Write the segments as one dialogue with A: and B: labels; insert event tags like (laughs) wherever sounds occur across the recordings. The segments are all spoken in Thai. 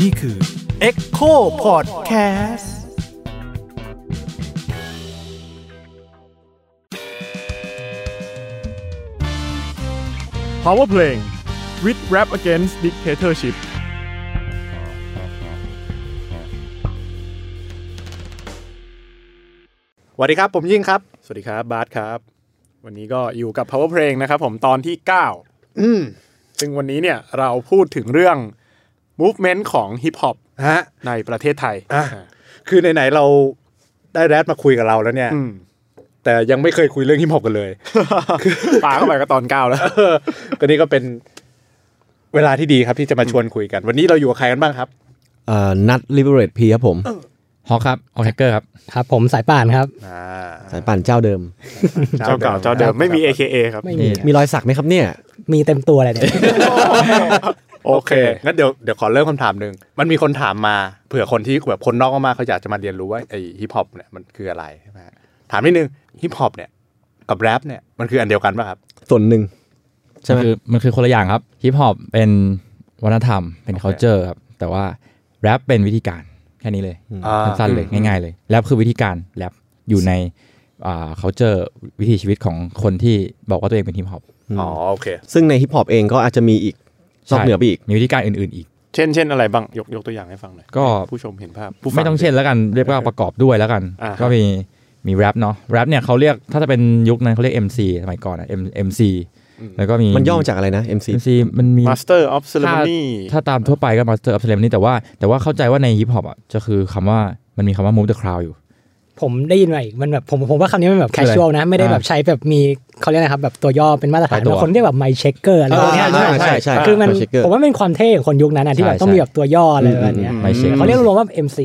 A: นี่คือ
B: Echo Podcast
C: พาวเวอร์เพลง with rap against dictatorship สวัสดีครับ ผมยิ่งครับ สวัสดีครับบาสครับ วันนี้ก็อยู่กับ power เพลงนะครับผมตอนที่ 9
B: อืม
C: ซึ่งวันนี้เนี่ยเราพูดถึงเรื่อง movement ของฮิปฮอป
B: ฮะ
C: ในประเทศไทย (coughs)
B: อ่ะ คือไหนๆเราได้แรดมาคุยกับเราแล้วเนี่ย
C: อืม
B: แต่ยังไม่เคยคุยเรื่องฮิมฮอปกันเลย
C: ป (laughs) าเข้าไปก็ตอน 9 แล้ว
B: เออก็นี่ก็เป็นเวลาที่ดีครับที่จะมาชวนคุยกัน วันนี้เราอยู่กับใครกันบ้างครับ
D: เอ่อนัดลิเบเรตพีครับผม
E: ฮอกครับออกแฮกเกอร์ครับ
F: ครับผมสายป่านครับ
B: อ่า
D: สายปั่นเจ้าเดิม
C: เจ้าเก่าเจ้าเดิมไม่มี AKA ครับ
F: ไม่มีครับ
D: มีรอยสักไหมครับเนี่ย
F: มีเต็มตัวเลยเนี่ย
C: โอเค
B: งั้นเดี๋ยวเดี๋ยวขอเริ่มคำถามหนึ่ง มันมีคนถามมาเผื่อคนที่แบบคนนอกมากๆเขาอยากจะมาเรียนรู้ว่าไอฮิปฮอปเนี่ยมันคืออะไรใช่ไหมฮะถามนิดนึงฮิปฮอปเนี่ยกับแรปเนี่ยมันคืออันเดียวกันป่ะครับ
D: ส่วนหนึ่ง ใช่ไหม
E: มันคือมันคือคนละอย่างครับฮิปฮอปเป็นวัฒนธรรมเป็น
B: โอ
E: c u
B: เค
E: l t u r e ครับ แต่ว่าแรปเป็นวิธีการแค่นี้เลย
D: อืม
B: อ่า
E: สั้นๆเลยง่ายๆเลยแรปคือวิธีการแรปอยู่ในอ่า culture วิถีชีวิตของคนที่บอกว่าตัวเองเป็นฮิปฮอป
B: อ๋อโอเค
D: ซึ่งในฮิปฮอปเองก็อาจจะมีอีกนอกเหนือไปอีก
E: มีวิธีการอื่นๆอีก
C: เช่นเช่นอะไรบ้างยกยกตัวอย่างให้ฟังหน่อย
E: ก็
C: ผู้ชมเห็นภาพผู้ฟั
E: ไม่ต้องเช่นแล้วกันเรียกว่าประกอบด้วยแล้วกัน
C: อ่าฮะ
E: ก็มีมีแรปเนาะแรปเนี่ยเขาเรียกถ้าจะเป็นยุคนั้นเขาเรียก MC สมัยก่อนอะ M MC แล้วก็มี
D: มันย่อมาจากอะไรนะ MC
E: MC มันมี
C: Master of Ceremony
E: ถ้าตามทั่วไปก็มาสเตอร์อัพเซเลมนี่แต่ว่าแต่ว่าเข้าใจว่าในฮิปฮอปอ่ะจะคือคำว่ามันมีคำว่า move the crowd อยู่
F: ผมได้ยินมาอีกมันแบบผมผมว่าคำนี้มันแบบ
E: คืออะไร
F: casual นะ ไม่ได้แบบใช้แบบมีเขาเรียกนะครับแบบตัวย่อเป็นมาตรฐาน
E: ตายตัว
F: บางคนเรียกแบบ my checker อะไรพวกเนี้ย
D: อ่า
F: ใช่ไหม
D: ใช่ใช่
F: คือมัน
D: ตัว checker
F: ผมว่าเป็นความเท่ของคนยุคนั้นอะที่แบบ
E: ใช่
F: ต้องมีแบบตัวย่ออะไรแบบเนี้ย
E: อืมอืม my checker
F: เขาเรียกรวมๆว่า MC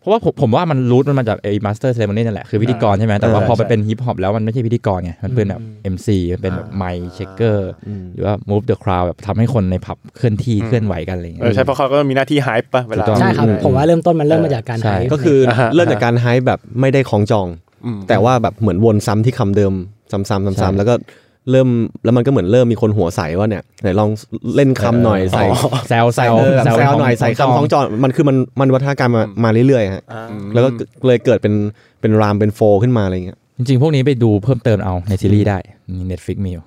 E: เพราะว่าผมผมว่ามันรูทมันมาจากไอ้มาสเตอร์เซเลมนี่นั่นแหละ คือพิธีกรใช่ไหมแต่ว่า
D: เออ
E: พอมันเป็นฮิปฮอปแล้วมันไม่ใช่พิธีกรไง มันเป็นแบบ MC มันเป็นแบบไมค์เชคเกอร์หรือว่า move the crowd แบบทำให้คนในผับเคลื่อนที่เคลื่อนไหวกันอะไรอย่าง
C: เอ
E: เงี้
C: อย ใช่เพราะเขาก็มีหน้าที่ hype ป่ะเวลา
E: ถูกต้อง
F: ใช่ครับ ผมว่าเริ่มต้นมันเริ่มมาจากการ
E: ใช่
F: hype
D: ก็คือ
C: อ่าฮะ
D: เริ่มจากการไฮป์แบบไม่ได้ของจอง
C: อืม
D: แต่ว่าแบบเหมือนวนซ้ำที่คำเดิมซ้ำๆ
E: ใช่
D: ซ้ำๆแล้วก็เริ่มแล้วมันก็เหมือนเริ่มมีคนหัวใสว่าเนี่ยไหนลองเล่นคำหน่อยใส่
E: แซวแซ
D: ใส่
E: ว
D: เออแซวหน่อยใส่คำของจองมันคือมันมันวัฒนการมมามาเรื่อยๆฮะแล้วก็เลยเกิดเป็นเป็นรามเป็นโฟขึ้นมาอะไรอย่างเงี้ย
E: จริงๆ พวกนี้ไปดูเพิ่มเติมเอาในซีรีส์ได้ใน Netflix มีอยู่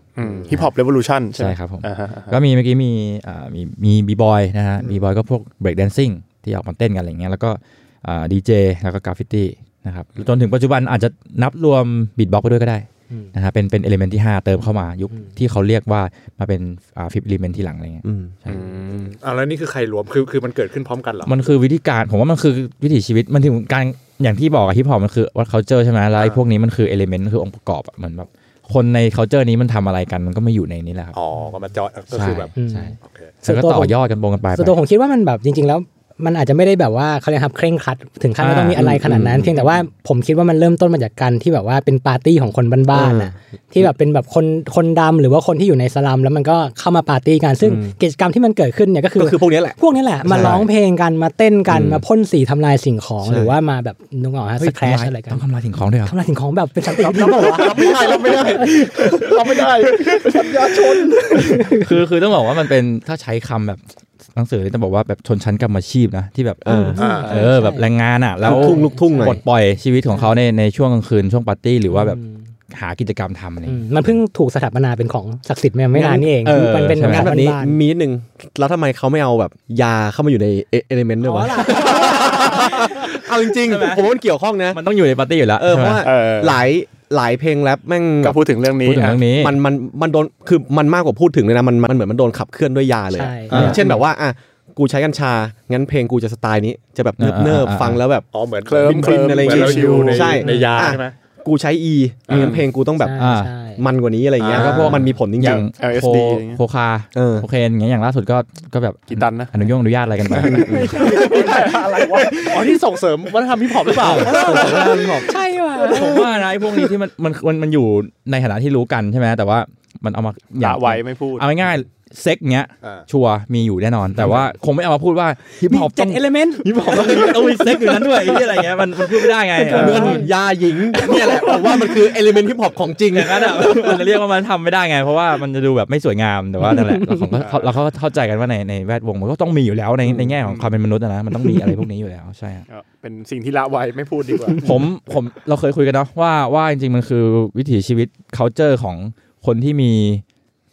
C: ฮิปฮอปเรวอลูชั่น
E: ใช่ครับผม
C: อ่าฮะ
E: ก็มีเมื่อกี้มีอ่ามีมีบีบอยนะฮะบีบอยก็พวก break dancing ที่ออกมาเต้นกันอะไรเงี้ยแล้วก็ดีเจแล้วก็กราฟฟิตี้นะครับจนถึงปัจจุบันอาจจะนับรวมบีทบ็อกไปด้วยก็ได้นะฮะเป็นเป็นเอลิเมนที่ 5 เติมเข้ามายุคที่เขาเรียกว่ามาเป็นอ่าฟิฟเอลิเมนที่หลังอะไรเงี้ย
D: อืม
B: อ่าแล้วนี่คือใครรวมคือคือมันเกิดขึ้นพร้อมกันเหรอ
E: มันคือวิธีการผมว่ามันคือวิถีชีวิตมันถึงการอย่างที่บอกอะฮิปฮอปมันคือว่า culture ใช่ไหมแล้วไอ้พวกนี้มันคือเอลิเมนต์คือองค์ประกอบอะเหมือนแบบคนใน culture นี้มันทำอะไรกันมันก็ไม่อยู่ในนี้แหละครับ
B: อ๋อ ก็มาจอยก็คือแบบ
E: ใช่
B: โอเค
E: แล้วก็ต่อยอดกันวงกันไป
F: ส่วนตัวผมคิดว่ามันแบบจริง ๆ แล้วมันอาจจะไม่ได้แบบว่าเขาเรียกครับเคร่งครัดถึงขั้นว่าต้องมีอะไรขนาดนั้น เพียงแต่ว่าผมคิดว่ามันเริ่มต้นมาจากการที่แบบว่าเป็นปาร์ตี้ของคนบ้านๆนะที่แบบเป็นแบบคนคนดำหรือว่าคนที่อยู่ในสลัมแล้วมันก็เข้ามาปาร์ตี้กันซึ่งกิจกรรมที่มันเกิดขึ้นเนี่ยก็คือ
D: ก็คือพวกเนี้ยแหละ
F: พวกนี้แหละมาร้องเพลงกันมาเต้นกันมาพ่นสีทำลายสิ่งของ
D: ใช่
F: หรือว่ามาแบบนึกออกฮะ
E: เฮ้
F: ส
E: ย
F: แครช
E: ทำลาย
F: อะไรกัน
E: ต้องทำลายสิ่งของด้วยเหรอ
F: ทำลายสิ่งของแบบเป็นสันติวิธีเปล่าวะ
B: ไม่ได้เราไม่ได้เราไม่ได้ปัญญาชน
E: คือคือต้องบอกว่ามันเป็นถ้าใช้คำแบบหนังสือนี่ต้องบอกว่าแบบชนชั้นกรรมอาชีพนะที่แบบ
D: เออ
E: เออแบบแรงงานอ่ะ แล้ว
D: ลูกทุ่งลูกทุ่งหน่อย
E: ปลดปล่อยชีวิตของเขาในในช่วงกลางคืนช่วงปาร์ตี้หรือว่าแบบหากิจกรรมทำอะไรอย่าง
F: อื
E: เงี้ย
F: มมันเพิ่งถูกสถาปนาเป็นของศักดิ์สิทธิ์มาไม่นานนี่เอง
E: เออ
F: มันเป็น
E: ใช่ไหม
F: งา
D: แบบ
F: น้า
D: บนี้
F: นๆ
D: มีนิดนึง แล้วทำไมเขาไม่เอาแบบยาเข้ามาอยู่ในเอเลเมนต์ด้วยวะ เอาจริงๆ ผมว่ามันเกี่ยวข้องนะ
E: มันต้องอยู่ในปาร์ตี้อยู่แล้ว
D: เออ เพราะ
E: ใช่ไหม
D: ว่าหลายหลายเพลงแรปแม่ง
C: ก็พูดถึงเรื่องนี้
E: พูดถึงเรื่องนี้
D: มันมันมันโดนคือมันมากกว่าพูดถึงเลยนะ มันมันเหมือนมันโดนขับเคลื่อนด้วยยาเลย
F: ใช่
D: อ่ะเช่นแบบว่าอ่ะกูใช้กัญชา งั้นเพลงกูจะสไตล์นี้ จะแบบเนิบเนิบ
E: อ่าอ่า
D: ฟังแล้วแบบ
B: อ๋อ เหมือน
C: เคลิ้ม
D: ๆ
C: เคลิ้ม
D: อะไรอย่างเงี้ย
C: ชิวๆ
D: ใช่
C: ในยาใช่ไหม
D: กูใช้ E งั้นเพลงกูต้องแบบ
F: ใช่
E: อ่า
F: ใช่
D: มันกว่านี้อะไรเงี้ย
B: อ่า
D: ก็พวกมันมีผลจ
C: อ
D: ริ
C: ย่าง ง
E: โค
C: LSD อย่างเงี้ย
E: โคคา
D: เออ
E: โคเคนอย่างเงี้ยอย่างล่าสุดก็ก็แบบ
C: กี่ตันนะ
E: อนุญาตอนุญาตอะไรกันไป
B: อะไรวะ อ๋อ ที่ส่งเสริมวัฒนธรรมฮิปฮอปหรือเปล่า
F: ใช่ว่ะ
E: ผมว่านะไอ้พวกนี้ที่มันมันมันมันอยู่ในฐานะที่รู้กันใช่ไหมแต่ว่ามันเอามาอย่า
C: ละ
E: ง
C: ไว้ไม่พูด
E: เอาง่าย เซ็กเงี้ย
B: อ่า
E: ชัวร์มีอยู่แน่นอน แต่ว่าคงไม่เอามาพูดว่าฮิปฮอป
F: เจ็
E: ต้อ
F: ด
E: ง
F: เอลเมนต์
E: ฮิปฮอปต้องมีต้องมีเซ็กอยู่นั้นด้วยไอ้เหี้ยอะไรเงี้ยมันมันพูดไม่ได้ไงเออ
D: เรื่องยาหญิงเนี่ยแหละผมว่ามันคือเอลิเมนต์ฮิปฮอปของจริง
E: อย่างนั้นอ่ะ มันจะเรียกว่ามันทำไม่ได้ไง เพราะว่ามันจะดูแบบไม่สวยงามแต่ว่านั่นแหละเราของก็เราก็เข้าใจกันว่าในในแวดวงมันก็ต้องมีอยู่แล้วในในแง่ของความเป็นมนุษย์อะนะมันต้องมีอะไรพวกนี้อยู่แล้วใช่ฮะ
C: เออเป็นสิ่งที่ละไว้ไม่พูดดีกว่า
E: ผมผมเราเคยคุยกันเนาะว่าว่าจริงๆมันคือวิถีชีวิต culture ของคนที่มี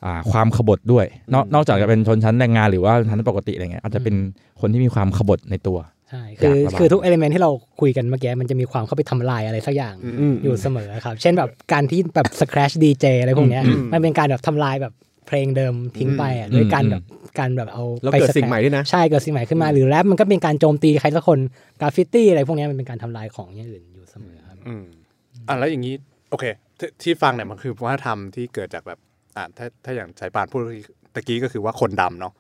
E: อ่าความขบฏด้วยนอกนอกจากจะเป็นชนชั้นแรงงานหรือว่าชนชั้นปกติอะไรเงี้ยอาจจะเป็นคนที่มีความขบฏในตัว
F: ใช่คือ
E: อยากระบาย
F: คือทุกเอลเมนต์ที่เราคุยกันเมื่อกี้มันจะมีความเข้าไปทำลายอะไรสักอย่างอยู่เสมอครับ เช่นแบบการที่แบบ scratch DJ อะไรพวกเนี้ยมันเป็นการแบบทำลายแบบเพลงเดิมทิ้งไปอ่ะด้วยการแบบการแบบเอา
D: แล้ว
F: ไป
D: เกิด
F: scratch
D: สิ่งใหม่ด้วยนะ
F: ใช่เกิดสิ่งใหม่ขึ้นมาหรือแรปมันก็เป็นการโจมตีใครสักคนกราฟฟิตี้อะไรพวกเนี้ยมันเป็นการทำลายของอย่างอื่นอยู่เสมอครับ
C: อืม
B: อ่ะแล้วอย่างนี้โอเคทที่ฟังเนี่ยมันคือวัฒนธรรมที่เกิดจากแบบอ่ะถ้าถ้าอย่างสายป่านพูดตะกี้ก็คือว่าคนดำเนาะ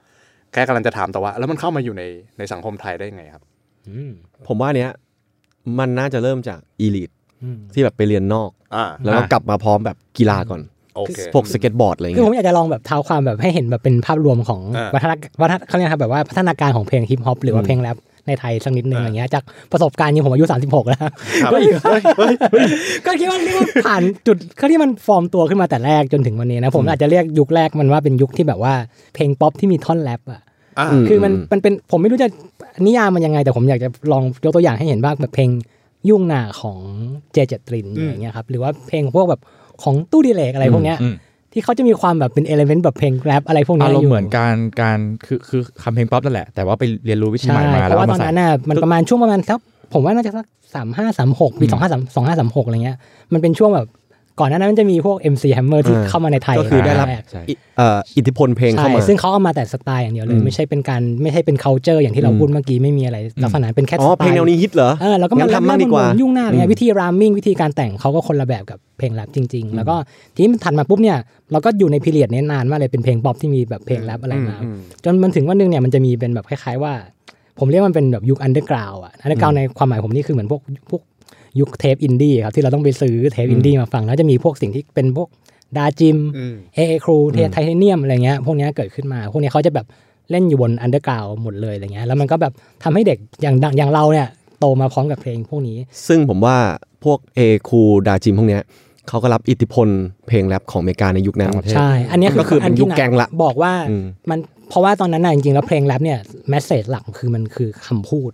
B: แค่กำลังจะถามแต่ว่า แล้วมันเข้ามาอยู่ในในสังคมไทยได้ยังไงครับ
F: อืม
D: ผมว่าเนี้ยมันน่าจะเริ่มจากอีลิท
F: อืม
D: ที่แบบไปเรียนนอก
B: อ่า
D: แล้วก็กลับมาพร้อมแบบกีฬาก่อน
B: โอเค
D: พวกสเก็ตบอร์ดอะไร
F: คือผม
D: เงี้ย
F: อยากจะลองแบบเท้าความแบบให้เห็นแบบเป็นภาพรวมของ
B: อ่า
F: วัฒนวัฒนเขาเรียกนะครับแบบว่าพัฒนาการของเพลงฮิปฮอปหรือว่าเพลงแรปในไทยสักนิดนึง
B: อ่า
F: อะไรเงี้ยจากประสบการณ์ยิงผมอายุ 36 แล้ว
B: ครับ
F: ก็อยู่ก็คิดว่าเรียกว่าผ่านจุดเขาที่มันฟอร์มตัวขึ้นมาแต่แรกจนถึงวันนี้นะผมอาจจะเรียกยุคแรกมันว่าเป็นยุคที่แบบว่าเพลงป๊อปที่มีท่อนแรปอะ
B: อ่า
F: คือมันมันเป็นผมไม่รู้จะนิยามมันยังไง แต่ผมอยากจะลองยกตัวอย่างให้เห็นบ้างแบบเพลงยุ่งหนาของเจเจตรินอะไรเงี้ยครับหรือว่าเพลงพวกแบบของตู้ดีเลกอะไรพวกเนี้ย
E: อืมอืม
F: ที่เขาจะมีความแบบเป็นเอลเมนต์แบบเพลงแรปอะไรพวก
E: อา
F: เนี้ย
E: รม
F: อ
E: ณ์
F: ยู่
E: เหมือนการการคือคือคำเพลงป๊อปนั่นแหละ แต่ว่าไปเรียนรู้วิธีให
F: ใช่
E: ม่มา
F: เพ
E: แล้ว
F: ราะว่า
E: เอามาน
F: ตอ
E: ใส่
F: นั้นน่ะมันประมาณช่วงประมาณสักผมว่าน่าจะสักสามห้าสามหกปีสองห้าสามสองห้าสามหกอะไรเงี้ยมันเป็นช่วงแบบก่อนหน้านั้นมันจะมีพวก MC Hammer ที่เข้ามาในไทย
D: ก็คือได้รับ
F: แก
E: ใช่
D: อิเอ่ออิทธิพลเพลงเข้ามา
F: ใช่ซึ่งเขาเอามาแต่สไตล์อย่างเดียวเลย ไม่ใช่เป็นการไม่ใช่เป็น c u l t u r e อย่างที่เราพูดเมื่อกี้ไม่มีอะไรลักษณะเป็นแค่
D: อ๋อ
F: สไต
D: เพลง
F: ล์
D: แนวนี้ฮิตเหรอ
F: เออแล้วก็
D: งั้
F: มัน น
D: ทำมั่งดีกว่า
F: ยุ่งหน้าอะไร
D: อื
F: เงี้
D: ม
F: ยวิธีรามมิ่งวิธีการแต่งเขาก็คนละแบบกับเพลงแรปจริง ๆ แล้วก็ทีนี้มันถัดมาปุ๊บเนี่ยเราก็อยู่ในพีเรียดนี้นานมากเลยเป็นเพลงป๊อปที่มีแบบเพลงแรปอะไรมา จนมันถึงวันหนึงเนี่ยมันจะมีเป็นแบบคล้ายๆว่า ผมเรียกมันเป็นแบบยุคอันเดอร์กราวอะอันเดอร์กราวในความหมายผมนี่คือเหมือนพวกพวกยุคเทปอินดี้ครับที่เราต้องไปซื้อเทปอินดี้มาฟังแล้วจะมีพวกสิ่งที่เป็นพวกดาจิม
B: อืม
F: เอเอครูเทไทเทเนียมอะไรเงี้ยพวกเนี้ยเกิดขึ้นมา พวกเนี้ยเขาจะแบบเล่นอยู่บนอันเดอร์กราวหมดเลยอะไรเงี้ยแล้วมันก็แบบทำให้เด็กอย่างดังอย่างเราเนี่ยโตมาพร้อมกับเพลงพวกนี้
D: ซึ่งผมว่าพวกเอคูดาจิมพวกเนี้ยเขาก็รับอิทธิพลเพลงแรปของอเมริกาในยุคนั้น
F: ใช่ อันเนี้ย
D: ก็คือเป็น
F: ที่
D: ยุคแกงละ
F: บอกว่า
D: อืม
F: มันเพราะว่าตอนนั้นน่ะจริงๆแล้วเพลงแรปเนี่ยแมสเซจหลักคือมันคือคำพูด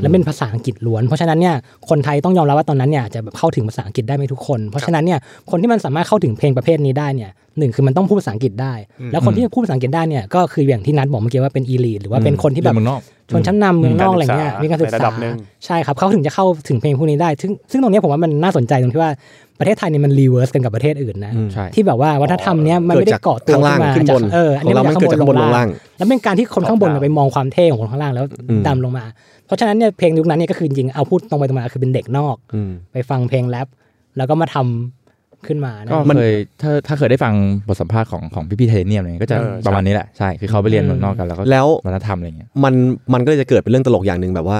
F: และเป็นภาษาอังกฤษล้วน เพราะฉะนั้นเนี่ยคนไทยต้องยอมรับว่าตอนนั้นเนี่ยอาจจะแบบเข้าถึงภาษาอังกฤษได้ไม่ทุกคน เพราะฉะนั้นเนี่ยคนที่มันสามารถเข้าถึงเพลงประเภทนี้ได้เนี่ยหนึ่งคือมันต้องพูดภาษาอังกฤษได้ แล้วคนที่พูดภาษาอังกฤษได้เนี่ยก็คืออย่างที่นัดบอกเมื่อกี้ว่าเป็นอีลีหรือว่าเป็นคนที่แบบ
E: เรียเมืองนอก
F: ชนชั้นนำเมืองนอกอะไรเงี้ย
C: มี
F: มี
C: กา
F: การ ร
C: ศึ
F: ศึ
C: ก
F: ก
C: ษาในระดั
F: ษา
C: บหนึ่ง
F: ใช่ครับเขาถึงจะเข้าถึงเพลงพวกนี้ได้ ซึ่งซึ่งตรงเนี้ยผมว่ามันน่าสนใจตรงที่ว่าประเทศไทยเนี่ยมันรีเวิร์สกันกับประเทศอื่นนะ
E: ใช่
F: ที่แบบว่าวัฒนธรรมเนี้ยมันไม่
D: เกิด
F: ได้
D: จาก
F: เกาะตัว
D: ข้างล่าง
F: ขึ้นมา
D: ขึ้นบน
F: จากเอออัน
D: ของ
F: นี้
D: เรามันเกิดจากข้างบนลงล่าง
F: แล้วเป็นการที่คนข้างบนเนี่ยไปมองความเท่ของคนข้างล่างแล้วดำลงมา เพราะฉะนั้นเนี่ยเพลงยุคนั้นเนี่ยก็คือจริงเอาพูดตรงไปตรงมาคือเป็นเด็กนอก
D: อืม
F: ไปฟังเพลงแรปแล้วก็มาทำขึ้นมานะ
E: ก็เคยถ้าถ้าเคยได้ฟังบทสัมภาษณ์ของของพี่พี่เทเนียมอะไรเงี้ยก็จะ
C: เออใช่
E: ประมาณนี้แหละ ใช่ คือเขาไปเรียนเมืองนอกกันแล้วก็
D: แล้ว
E: วัฒนธรรมอะไรเงี้ย
D: มันมันก็เลยจะเกิดเป็นเรื่องตลกอย่างหนึ่งแบบว่า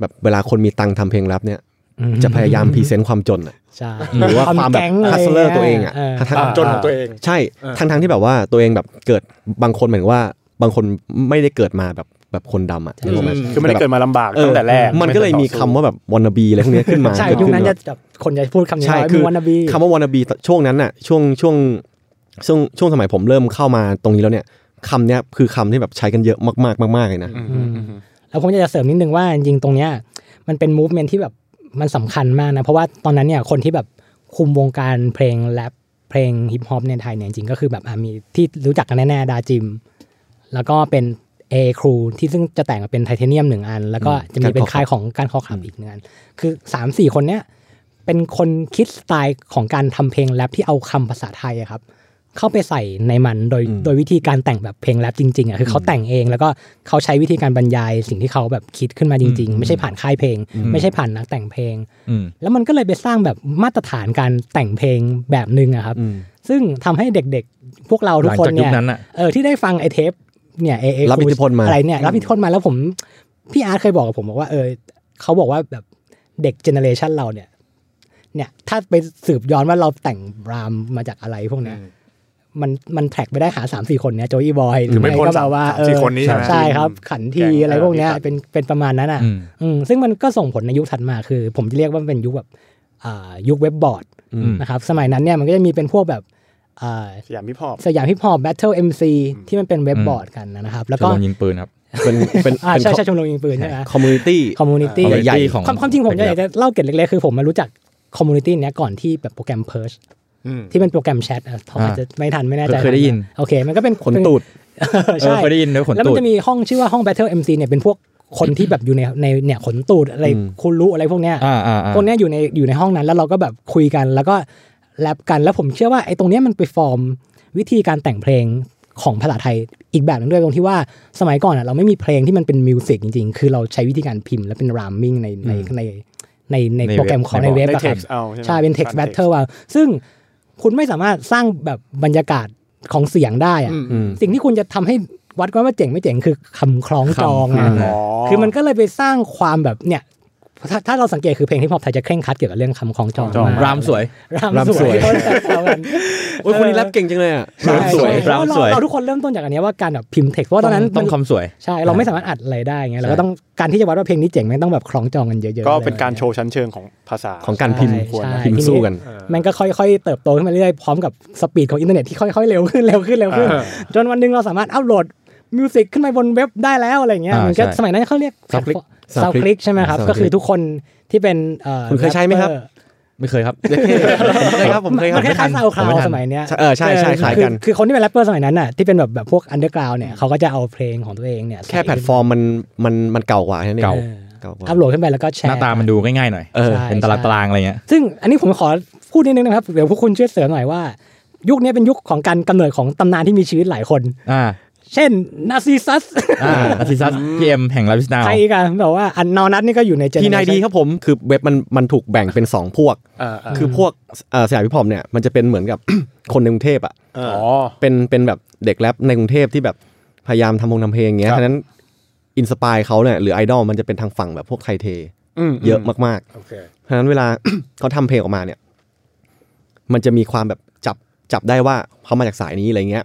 D: แบบเวลาคนมีตังค์ทำเพลงแรปเนี่ย
F: อืม
D: จะพยายามพรีเซนต์ความจนอะ
F: ใช่
D: หรือว่าความแบบ
F: ก๊งะ
D: ฮั
F: ไร
D: สเซอร์ตัวเองอะ
F: เ
D: ทั้ง
C: อ่า
B: จนของตัวเอง
D: ใช่ทั้งทั้งที่แบบว่าตัวเองแบบเกิดบางคนเหมือนว่าบางคนไม่ได้เกิดมาแบบแบบคนดำอะนึกออกไหม
C: คือไม่ได้เกิดมาลำบาก
D: เออ
C: ตั้งแต่แรก
D: มันก็เลยมีคำว่าแบบว a น n บีอะไรพวกเนี้ยขึ้นมา
F: ใช่
D: เกิด
F: ยุค
D: ขึ้
F: นั้น
D: แบ
F: จะ
D: บ
F: แบบคนจะพูดคำนี้
D: ใช่
F: ว่า
D: คือ
F: มีวันนบี
D: คำว่าว a น n บีช่วงนั้นน่ะช่วงช่วงช่วงช่วงสมัยผมเริ่มเข้ามาตรงนี้แล้วเนี่ยคำเนี้ยคือคำที่แบบใช้กันเยอะมากๆมากๆเลยนะ
F: แล้วผมอยากจะเสริมนิดนึงว่าจริงๆตรงเนี้ยมันเป็นมูฟเมนที่แบบมันสำคัญมากนะ เพราะว่าตอนนั้นเนี่ยคนที่แบบคุมวงการเพลงแรปเพลงฮิปฮอปในไทยเนี่ยจริงๆก็คือแบบอ่ะมีที่รู้จักกันแน่ๆดาจิม แล้วก็เป็น A ครูที่ซึ่งจะแต่งมาเป็นไทเทเนียมหนึ่งอัน แล้วก็จะมีเป็นค่ายของการคอขับอีกหนึ่งอัน คือ 3 4 คนเนี้ยเป็นคนคิดสไตล์ของการทำเพลงแรปที่เอาคำภาษาไทยอะครับ เข้าไปใส่ในมันโดยโดยวิธีการแต่งแบบเพลงแรปจริงๆอ่ะคือเขาแต่งเองแล้วก็เขาใช้วิธีการบรรยายสิ่งที่เขาแบบคิดขึ้นมาจริง ๆ ไม่ใช่ผ่านค่ายเพลง ไม่ใช่ผ่านนักแต่งเพลง
E: อืม
F: แล้วมันก็เลยไปสร้างแบบมาตรฐานการแต่งเพลงแบบหนึ่งอะครับ ซึ่งทำให้เด็กๆ พวกเราทุกคน
E: หลังจาก
F: เนี่
E: ยุ
F: ย
E: คนั้นอะ
F: เออที่ได้ฟังไอเทปเนี่ยเอเอ
D: รับอิทธิพลมา
F: อะไรเนี่ยรับอิทธิพลมาแล้วผมพี่อาร์ตเคยบอกกับผมบอกว่าเออเขาบอกว่าแบบเด็กเจเนเรชันเราเนี่ย เนี่ยถ้าไปสืบย้อนว่าเราแต่งรามมาจากอะไรพวกเนี้ย มันมันแทร็กไปได้หา3ามสี่คนเนี้ยโจอีบอย
B: คือไม่พ้น
F: ก็แบบว่า
B: สาม
F: เออ
B: สี่คนนี้ใช่ไหม
F: ใช่ครับ ขันที
B: แก๊ง
F: อะไรพวกเนี้ย
B: เออ
F: เป็นเป็นประมาณนั้นอ่ะ
E: อืม
F: อืมซึ่งมันก็ส่งผลในยุคถัดมาคือ ผมจะเรียกว่ามันเป็นยุคแบบอ่ายุคเว็บบอร์ด
E: อืม
F: นะครับสมัยนั้นเนี่ยมันก็จะมีเป็นพวกแบบอ่า
C: สยามพิพอบ
F: สยามฮิปฮอปแบทเทิลเอ็มซีที่มันเป็นเว็บบอร์ดกันนะครับ แล้ว
E: ช
F: ก็
E: มรมยิงปืนครับ
D: เป็นเป็น
F: อ่า
D: เป็น
F: ใช่ใช่ชมรมยิงปืนใช่ไหม
D: คอมมูนิตี้
F: คอมมูนิตี้
E: ใหญ่ๆของ
F: ความความจริงผม
E: เป็น
F: อ
E: แบ
F: ยา
E: บ
F: กจะเล่าเกร็ดเล็กๆ คือผมมารู้จักคอมมูนิตี้เนี้ยก่อนที่แบบโปรแกรม Perch
B: อืม
F: ที่เป็นโปรแกรมแชทอะทอมอาจจะไม่ทันไม่แน่ใจ
E: เคยได้ยิน
F: โอเค มันก็เป็น
D: ขนตูด
F: เออ
E: เออ
F: ใช่
E: เคยได้ยินด้วยขน
F: แล้วมั
E: ตู
F: น
E: ด
F: จะมีห้องชื่อว่าห้อง Battle MC เนี่ยเป็นพวกคนที่แบบอยู่ในในเนี่ยขนตูดอะไร
D: อืม
F: คุณรู้อะไรพวกเนี้ย
E: อ่าอ่าอ่า
F: พวกเนี้ยอยู่ในอยู่ในห้องนั้นแล้วเราก็แบบคุยกัน แล้วก็แลบกันแล้วผมเชื่อว่าไอ้ตรงเนี้ยมันไปฟอร์มวิธีการแต่งเพลงของภาษาไทยอีกแบบหนึงด้วยตรงที่ว่าสมัยก่อนอะเราไม่มีเพลงที่มันเป็นมิวสิกจริงๆ คือเราใช้วิธีการพิมพ์และเป็นรามมิ่งในในในในใน
E: ใน
F: โปรแกรม
E: เว็บ
F: ของ
E: ใน
F: ใน
E: บอร์ด
C: ใน
F: เว็บอะ
C: เท็
F: ครั
C: ก
F: บ
C: ซ์เอาใช่ไหม
F: ใช่เป็น text
C: การ text
F: battle เอาซึ่งคุณไม่สามารถสร้างแบบบรรยากาศของเสียงได้อะ
D: อืม
F: สิ่งที่คุณจะทำให้วัดกันว่าเจ๋งไม่เจ๋งคือคำคล้องจอง
E: คำค
F: อะ
E: ล้อง
C: อ๋อ
F: คือมันก็เลยไปสร้างความแบบเนี่ยถ้าถ้าเราสังเกตคือเพลงที่พอปไทยจะเคร่งครัดเกี่ยวกับเรื่องคำคล้องจอง
C: จอง
E: รามสวย
F: รามสวยเขาจะแซวกัน
D: โอ้ยคนนี้แรปเก่งจังเลยอ่ะ
F: ใช่
E: สวย
F: ใช่
E: รามสวย
F: เเราทุกคนเริ่มต้นจากอันเนี้ยว่าการแบบพิมพ์ text เพราะว่าตอนนั้น
E: ต้อง
F: มัน
E: คำสวย
F: ใช่เราไม่สามารถอัดอะไรได้ไงเรา
E: ใช่
F: ก็ต้องการที่จะวัดว่าเพลงนี้เจ๋งมันต้องแบบคล้องจองกันเยอะๆ
C: ก็เป็น
F: อะไรแบบ
C: การ
F: ย
C: โชว์ชั้นเชิงของภาษา
D: ของการพิมพ์
F: ใช่
D: ควร
F: ใช่
D: นะพิมพ์สู้กัน
F: มันก็ค่อยๆ เติบโตขึ้นมาเรื่อยๆพร้อมกับสปีดของอินเทอร์เน็ตที่ค่อยๆ เร็วขึ้น (laughs) เร็วขึ้นเร็วขึ้น
C: อ่า
F: จนวันหนึ่งเราสามารถอัปโหลดมิวสิกขึ้นไปบนเว็บได้แล้วอะไรเงี้ย
E: อ่ามั
F: มันก็
E: ใช่
F: สมัยนั้นเขาเรียก
D: Soundclick
F: ซาวคลิก
D: Soundclick
F: ใช่ไหมครับ
D: Soundclick
F: ก็คือทุกคนที่เป็นเอ่อ
D: คุณเคยใช้ไหมครับ
F: แปเปอ
E: ไม่เคยครับ
D: ผมเคยครับผมเคย
F: ร์
D: ค
F: มั
D: รับ
F: นคล้ายๆซาวคลา
E: ผมไม่
F: ว
E: ทัน
F: สมัยเนี้ย
D: เออใช่ใช่
F: อ
D: ขายกัน
F: คือคือคนที่เป็นแรปเปอร์สมัยนั้นน่ะที่เป็นแบบแบบพวกอันเดอร์กราวเนี่ยเขาก็จะเอาเพลงของตัวเองเนี่ย
D: แค่แพลตฟอร์มมันมันมันเก่ากว่าแค่นั้นเอง
E: เก่า
D: เก่ากว่า
F: อัปโหลดขึ้นไปแล้วก็แช
E: ห
F: ร์
E: น้าตามันดูง่ายๆหน่อย
D: เออ
F: ใช่
E: เป็นตารางตารางอะไรเงี้ย
F: ซึ่งอันนี้ผมขอพูดนิดนึงนะครับ เดี๋ยวพวกคุณช่วยเสริมหน่อยว่า ยุคนี้เป็นยุคของการกำเนิดของตำนานที่มีชีวิตหลายคน
E: อ่า
F: เช่นนาซีซัส
E: อ่าอาทิซัสพีเอ็มแห่งไลฟ์สไตล์
F: ใครอีกันแบบว่าอันนอนัทนี่ก็อยู่ในเจเนอ
D: ที่
F: เร
D: นาย
F: ชั่
D: ดีครับผมคือเว็บมันมันถูกแบ่งเป็น 2 พวก
C: เออเออ
D: คือพวกเอ่อสยามพิภพเนี่ยมันจะเป็นเหมือนกับ (coughs) คนในกรุงเทพอ่ะ
C: อ๋อ
D: เป็นเป็นแบบเด็กแรปในกรุงเทพที่แบบพยายามทำพงทำเพลงอย่างเงี้ย
C: ครับ
D: ฉะนั้นอินสปายเขาเนี่ยหรือไอดอลมันจะเป็นทางฝั่งแบบพวกไทยเท
C: อืม
D: เยอะมาก
C: โอเค
D: ๆฉะนั้นเวลา (coughs) เขาทำเพลงออกมาเนี่ย มันจะมีความแบบจับจับได้ว่าเขามาจากสายนี้อะไรเงี้ย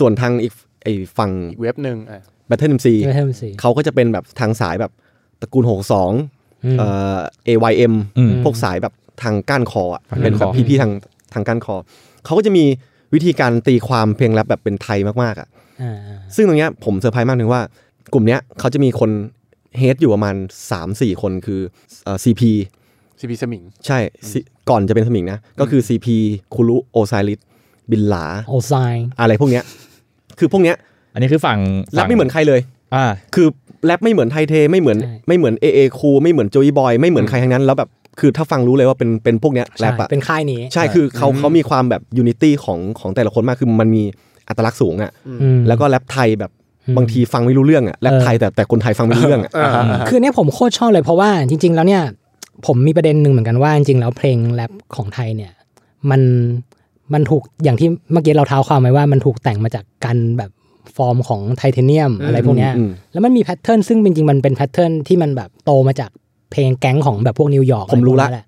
D: ส่วนทางอีกไอฝั่ง
C: อีกเว็บหนึ่งอ่ะ
D: Battle MC
F: ใช่ไหมครับคุณสี
D: เขาก็จะเป็นแบบทางสายแบบตระกูลหกสอง
F: อืม
D: เอ่อ AYM
E: อืม
D: พวกสายแบบทางก้านคออ่ะ
E: ทางก้านคอ
D: เป็นแบบพี่ๆทางทางก้านคอ เขาก็จะมีวิธีการตีความเพลงแรปแบบเป็นไทยมากๆอ่ะ
F: ่า
D: ซึ่งตรงเนี้ยผมเซอร์ไพรส์มากถึงว่า กลุ่มเนี้ยเขาจะมีคนเฮดอยู่ประมาณ 3-4 คนคือเอ่อ CP
C: CP สมิง
D: ใช่ซิก่อนจะเป็นสมิงนะ ก็คือ CP คุรุโอไซริสบินหลา
F: โอไซน์
D: อะไรพวกเนี้ยคือพวกเนี้ย
E: อันนี้คือฝั่ง
D: แรปไม่เหมือนใครเลย
E: อ่า
D: คือแรปไม่เหมือนไทเทไม่เหมือนไม่เหมือนเอเอคูไม่เหมือนโจยบอยไม่เหมือนใครทั้งนั้น แล้วแบบคือถ้าฟังรู้เลยว่าเป็นเป็นพวกเนี้ยแรปอะ
F: เป็นค่ายนี้
D: ใช่คือเขาเขามีความแบบยูนิตี้ของของแต่ละคนมากคือมันมีอัตลักษณ์สูงอะ
F: อืม
D: แล้วก็แรปไทยแบบ
F: อืม
D: บางทีฟังไม่รู้เรื่องอะแรปไทยแต่แต่คนไทยฟังไม่รู้เรื่องอะ
C: อ่าฮะ
F: คือเนี่ยผมโคตรชอบเลยเพราะว่าจริง ๆ แล้วเนี่ย ผมมีประเด็นหนึ่งเหมือนกันว่าจริงๆแล้วเพลงแรปของไทยเนี่ย มันมันถูกอย่างที่เมื่อกี้เราเท้าความไว้ว่ามันถูกแต่งมาจากการแบบฟอร์มของไทเทเนียมอะไรพวกเนี้ย
D: อืม
F: แล้วมันมีแพทเทิร์นซึ่งจริงๆมันเป็นแพทเทิร์นที่มันแบบโตมาจากเพลงแก๊งของแบบพวกนิวยอร์ก
D: ผมรู้ละ
F: อไพวกนั้นแห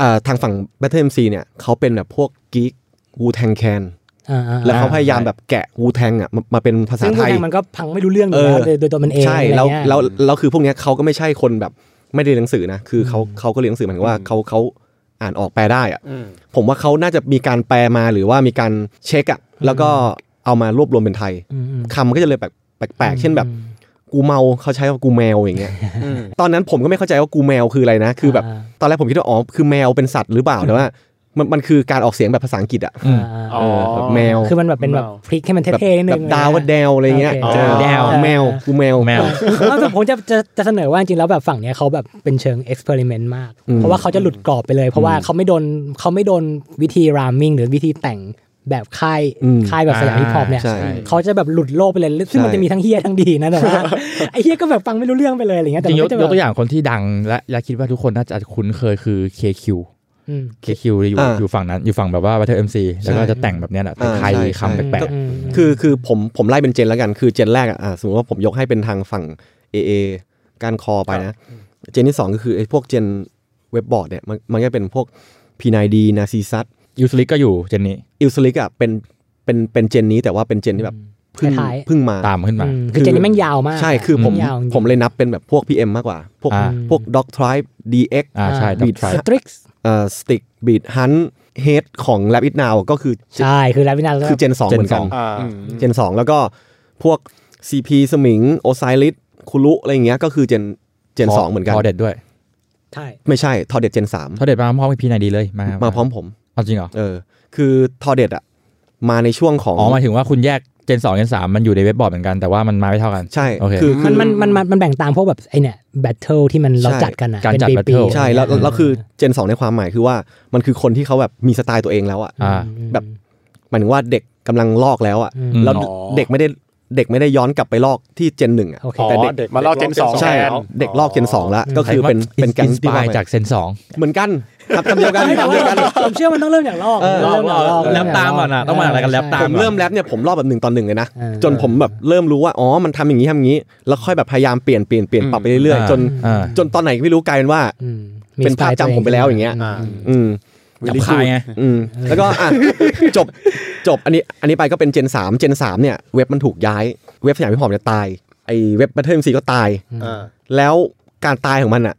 D: อ่าทางฝั่ง Battle MC เนี่ยเขาเป็นแบบพวกกิ๊กวูแทงแคน
F: อ่าๆ
D: แล้วเขาพยายามแบบแกะวูแทงอะมามาเป็นภาษา
F: ซึ่งพ
D: ไท
F: วก
D: ย
F: นั้นมันก็พังไม่รู้เรื่องอยู่แล้ว
D: เออ
F: โดยโดยตัวมันเอง
D: ใช่
F: อะไร
D: แล้ว
F: เงี้ย
D: แล้วแล้วคือพวกเนี้ยเขาก็ไม่ใช่คนแบบไม่ได้เรียนหนังสือนะคือเขาเขาก็เรียนหนังสือหมายถึงว่าเขาเขาอ่านออกแปลได้อะ
C: อืม
D: ผมว่าเขาน่าจะมีการแปลมาหรือว่ามีการเช็คอะแล้วก็เอามารวบรวมเป็นไทย
F: อืมอืม
D: คำมันก็จะเลยแบบแปลกๆเช่นแบบกูเมาเขาใช้ว่ากูแมวอย่างเงี้ย
C: อืม
D: ตอนนั้นผมก็ไม่เข้าใจว่ากูแมวคืออะไรนะ คือแบบ
F: อ่า
D: ตอนแรกผมคิดว่าอ๋อคือแมวเป็นสัตว์หรือเปล่าแต่ว่ามันมันคือการออกเสียงแบบภาษาอังกฤษอะ
E: อืม
F: อ่า
C: อ๋อ
D: เออแบบแมว
F: คือมันแบบเป็นแบบพลิกให้มัน
D: แบบ
F: เท่ๆนิดนึ
D: แบบ
F: ง
D: ดาวว่า
F: นะ
D: แดวอะไรเงี้ย
F: โอเค
D: เออ
E: แดว
D: แมวกูแมว
E: แมว
F: เอา (laughs) แต่ผมจะจะจะเสนอว่าจริงๆแล้วแบบฝั่งเนี้ยเขาแบบเป็นเชิงเอ็กซ์เพร์เมนต์มาก
D: อืม
F: เพราะว่าเขาจะหลุดกรอบไปเลย เพราะว่าเขาไม่โดนเขาไม่โดนวิธีรามมิ่งหรือวิธีแต่งแบบค่ายค่ายแบบสยามฮิปฮอปเนี่ย
D: ใช่
F: เขาจะแบบหลุดโลกไปเลยซึ่งมันจะมีทั้งเฮี้ยทั้งดีนะแต่ว่าไอ้เฮี้ยก็แบบฟังไม่รู้เรื่องไปเลยอะไรเงี้ย
E: จ
F: แต่
E: ริง
F: มัน
E: ๆยก
F: ก็
E: ย
F: จะแบ
E: ก
F: บ
E: ตัวอย่างคนที่ดังและและคิดว่าทุกคนน่าจะคุ้นเคยคือ KQ
F: อืม
E: KQ อยู่
D: อ่า
E: อยู่ฝั่งนั้นอยู่ฝั่งแบบว่า Battle MC แล้วก็จะแต่งแบบเนี้ยแหละแต่
D: อ่า
E: ไทย
D: ใช่
E: คำแปลก
F: อืม
D: คือคือผมผมไล่เป็นเจนแล้วกันคือเจนแรกอะอ่ะสมมติว่าผมยกให้เป็นทางฝั่ง AA การคอไปนะ เจนที่ 2 ก็คือไอ้พวกเจนเว็บบอร์ดเนี่ยมันมันก็เป็นพวก P9D นาซีซัต
E: ๆยูสลิกก็อยู่เจนนี้
D: อิลสลิกอะเป็น เป็นเป็นเจนนี้แต่ว่าเป็นเจนที่แบบเพิ่ง
F: ท้ายๆ
D: เพิ่งมา
E: ตามขึ้นมา
F: อืมคือเจนนี่แม่งยาวมาก
D: ใช่คือผม
F: แงยาวจริง
D: ผมเลยนับเป็นแบบพวก PM มากกว่า พวก
E: อ่า
D: พวก Dog Tribe DX
E: อ่าใช่ดับ
D: บีด
E: Tribe
F: สตริกส์
D: เอ่อ Stick Beat Hunt Head ของ l a b i t Now ก็คือ
F: ใช่คือแล้ววินาศ
D: คือเจน 2
E: Gen
D: เหมือนกัน
B: อ่า
D: เจน 2 แล้วก็พวก CP สมิง Osiris คุรุอะไรอย่างเงี้ยก็คือเจนเจน 2 เหมือนกัน
E: ทอเด็ดด้วย
F: ใช่
D: ไม่ใช่ทอเด็ดเจน
E: ทอเด็ดมาพร้อมพีไหนดีเลยมา
D: 3 มา
E: มา
D: พร้อมผม
E: เอาจริงเหรอ
D: เออ คือทอเด็ดอะมาในช่วงของ
E: อ๋อหมายถึงว่าคุณแยกเจนสองเจนสามมันอยู่ในเว็บบอร์ดเหมือนกันแต่ว่ามันมาไม่เท่ากัน
D: ใช่
E: โอเค
D: คือคื
F: มั
D: อ
F: นมันมันมันมันแบ่งตามพวกแบบไอเนี่ยแบทเทิลที่มันเรา
D: ใช่
F: จัดกันอะ
E: การ
F: เป็น
E: จัด
F: ปี
E: battle
D: ใช่แล้วแล้วแล้วคือเจน 2 ในความหมายคือว่ามันคือคนที่เขาแบบมีสไตล์ตัวเองแล้วอะ
E: อ่า
D: แบบ หมายถึงว่าเด็กกำลังลอกแล้วอะ
F: อืม
D: แล้ว
C: อ๋อ
D: เด็กไม่ได้เด็กไม่ได้ย้อนกลับไปลอกที่เจนหนึ่งอะ
F: โอเค
B: อ๋อ
D: แต่เด็ก
B: เด็ก
C: มาเล่า Gen สอง
D: ใช่
B: แล้ว
D: เด็กลอกเจนสองแล้ว
F: อ๋อ
D: ก็คือเป็นเป็นแก๊งสปาย
E: จากเซนสอง
D: เหมือนกันครับคำเดี (laughs) ยวกัน
F: แต่
D: คำเดี
F: ว่า
D: ยวกัน
F: ผมเชื่อมันต้องเริ่มจากลอกเริ่มจากอก
E: แล้วตามก่อนอ่ะต้องมาอะไรกันแล้วตาม
D: ผมเริ่มแรปเนี่ยผมลอกแบบหนึ่งตอนหนึ่งเลยนะ
F: เออ
D: จนผมแบบเริ่มรู้ว่าอ๋อมันทำอย่างนี้ทำอย่างนี้ แล้วค่อยแบบพยายามเปลี่ยนเปลี่ยนเปลี่ยนปรับไปเรื่อยๆจน
E: อ่า
D: จนตอนไหนก็ไม่รู้กลายเป็นว่า
F: อืม
D: เป็นภาพจำผมไปแล้วอย่างเงี้ย
F: ม
D: อืม
E: จับคายไง
D: อืมแล้วก็อ่ะ (laughs) จบจบอันนี้อันนี้ไปก็เป็นเจน3เจน3เนี่ยเว็บมันถูกย้าย เว็บสยามพิภพเนี่ยตายไอเว็บบัตเทิลซีก็ตาย
B: อ่า
D: แล้วการตายของมันอ่ะ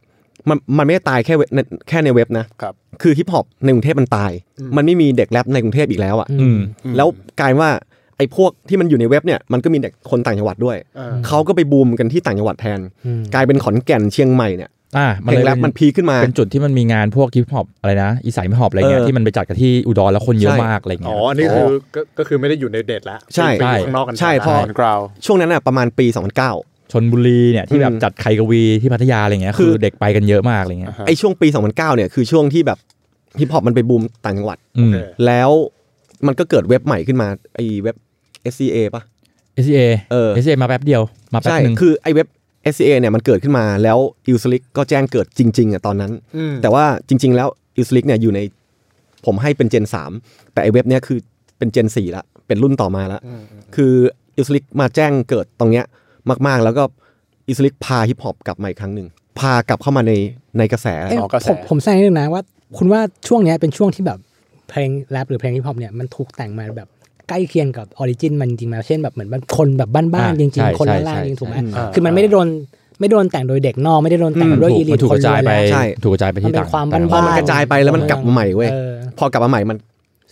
D: มันมันไม่ได้ตายแค่เว็บในแค่ในเว็บนะครับ คือฮิปฮอปในกรุงเทพมันตาย มันไม่มีเด็กแรปในกรุงเทพอีกแล้วอ่ะ
F: อื
E: อืม
D: แล้วกลายว่าไอ้พวกที่มันอยู่ในเว็บเนี่ยมันก็มีเด็กคนต่างจังหวัดด้วย
B: อ่า
D: เขาก็ไปบูมกันที่ต่างจังหวัดแทน
F: อืม
D: กลายเป็นขอนแก่นเชียงใหม่เนี่ย
E: อ่า
D: เพลงแรปมันพีคขึ้นมา
E: เป็นจุดที่มันมีงานพวกฮิปฮอปอะไรนะ อีสานฮิปฮอปอะไรเงี้ย
D: เออ
E: ที่มันไปจัดกันที่อุดรแล้วคนเยอะ
D: ใช่
E: มากอะไร
B: อ๋
E: เงี้
B: อย อันนี้คือก็ก็คือไม่ได้อยู่ในเด็ดแล้ว
D: ใช่
B: ไปอยู่ข้างนอกกัน
D: ใช่เพราะ
C: กราว
D: ช่วงนั้นน่ะประมาณปี 2009
E: ชนบุรีเนี่ยที่แบบ
D: อืม
E: จัดไคกวีที่พัทยาอะไรเงี้ยคื
D: คื
E: อ
D: อ
E: เด็กไปกันเยอะมากอะไรเงี้ย
C: ครับ
D: ไอช่วงปี 2009เนี่ยคือช่วงที่แบบฮิปฮอปมันไปบูมต่างจังหวัด
E: อืม
B: เออ
D: แล้วมันก็เกิดเว็บใหม่ขึ้นมาไอเว็บ SCA ปะ
E: SEA
D: เออ
E: SEA มาแป๊บเดียวมาแป๊บ
D: ใช่
E: หนึ่ง
D: คือไอเว็บ SCA เนี่ยมันเกิดขึ้นมาแล้วอิลสลิกก็แจ้งเกิดจริง ๆอ่ะตอนนั้น
B: อืม
D: แต่ว่าจริง ๆ แล้วอิลสลิกเนี่ยอยู่ในผมให้เป็นเจน 3 แต่ไอเว็บเนี่ยคือเป็นเจน4ละเป็นรุ่นต่อมาละคืออิลสลิกมาแจ้งเกิดตรงเนี้ยมาก ๆ แล้วก็อิลสลิกพาฮิปฮอปกลับมาอีกครั้งหนึ่งพากลับเข้ามาในในกระแส
F: เอ้ย
C: ออกกระแส
F: ผมผมแซงนิดนึงนะว่า คุณว่าช่วงเนี้ยเป็นช่วงที่แบบเพลงแรปหรือเพลงฮิปฮอปเนี่ยมันถูกแต่งมาแบบใกล้เคียงกับออริจินมันจริงๆไหมาเช่นแบบเหมือนแบบคนแบบบ้านๆจริงๆ คนล่างๆจริงๆถูกไหม
D: ใช่
F: คือมันไม่ได้โดนไม่โดนแต่งโดยเด็กนอกไม่ได้โดนแต่งด้วยอีลิ
E: มั
F: ท
E: นถูก
F: ค
E: ก
F: น
E: ระ
F: ร
E: จา
F: วยย
E: ไป
F: แล้ว
D: ใช่
E: ถูกกระจายไป
F: มั
E: ที่
F: นเป็น
E: ต่าง
F: ความ
E: ต่งจังห
D: พ
E: วั
D: อ
E: ด
D: มั
F: บ้า
D: นกระจายไปแล้วมันกลับมาใหม่เว้ย
F: เออ
D: พอกลับมาใหม่มัน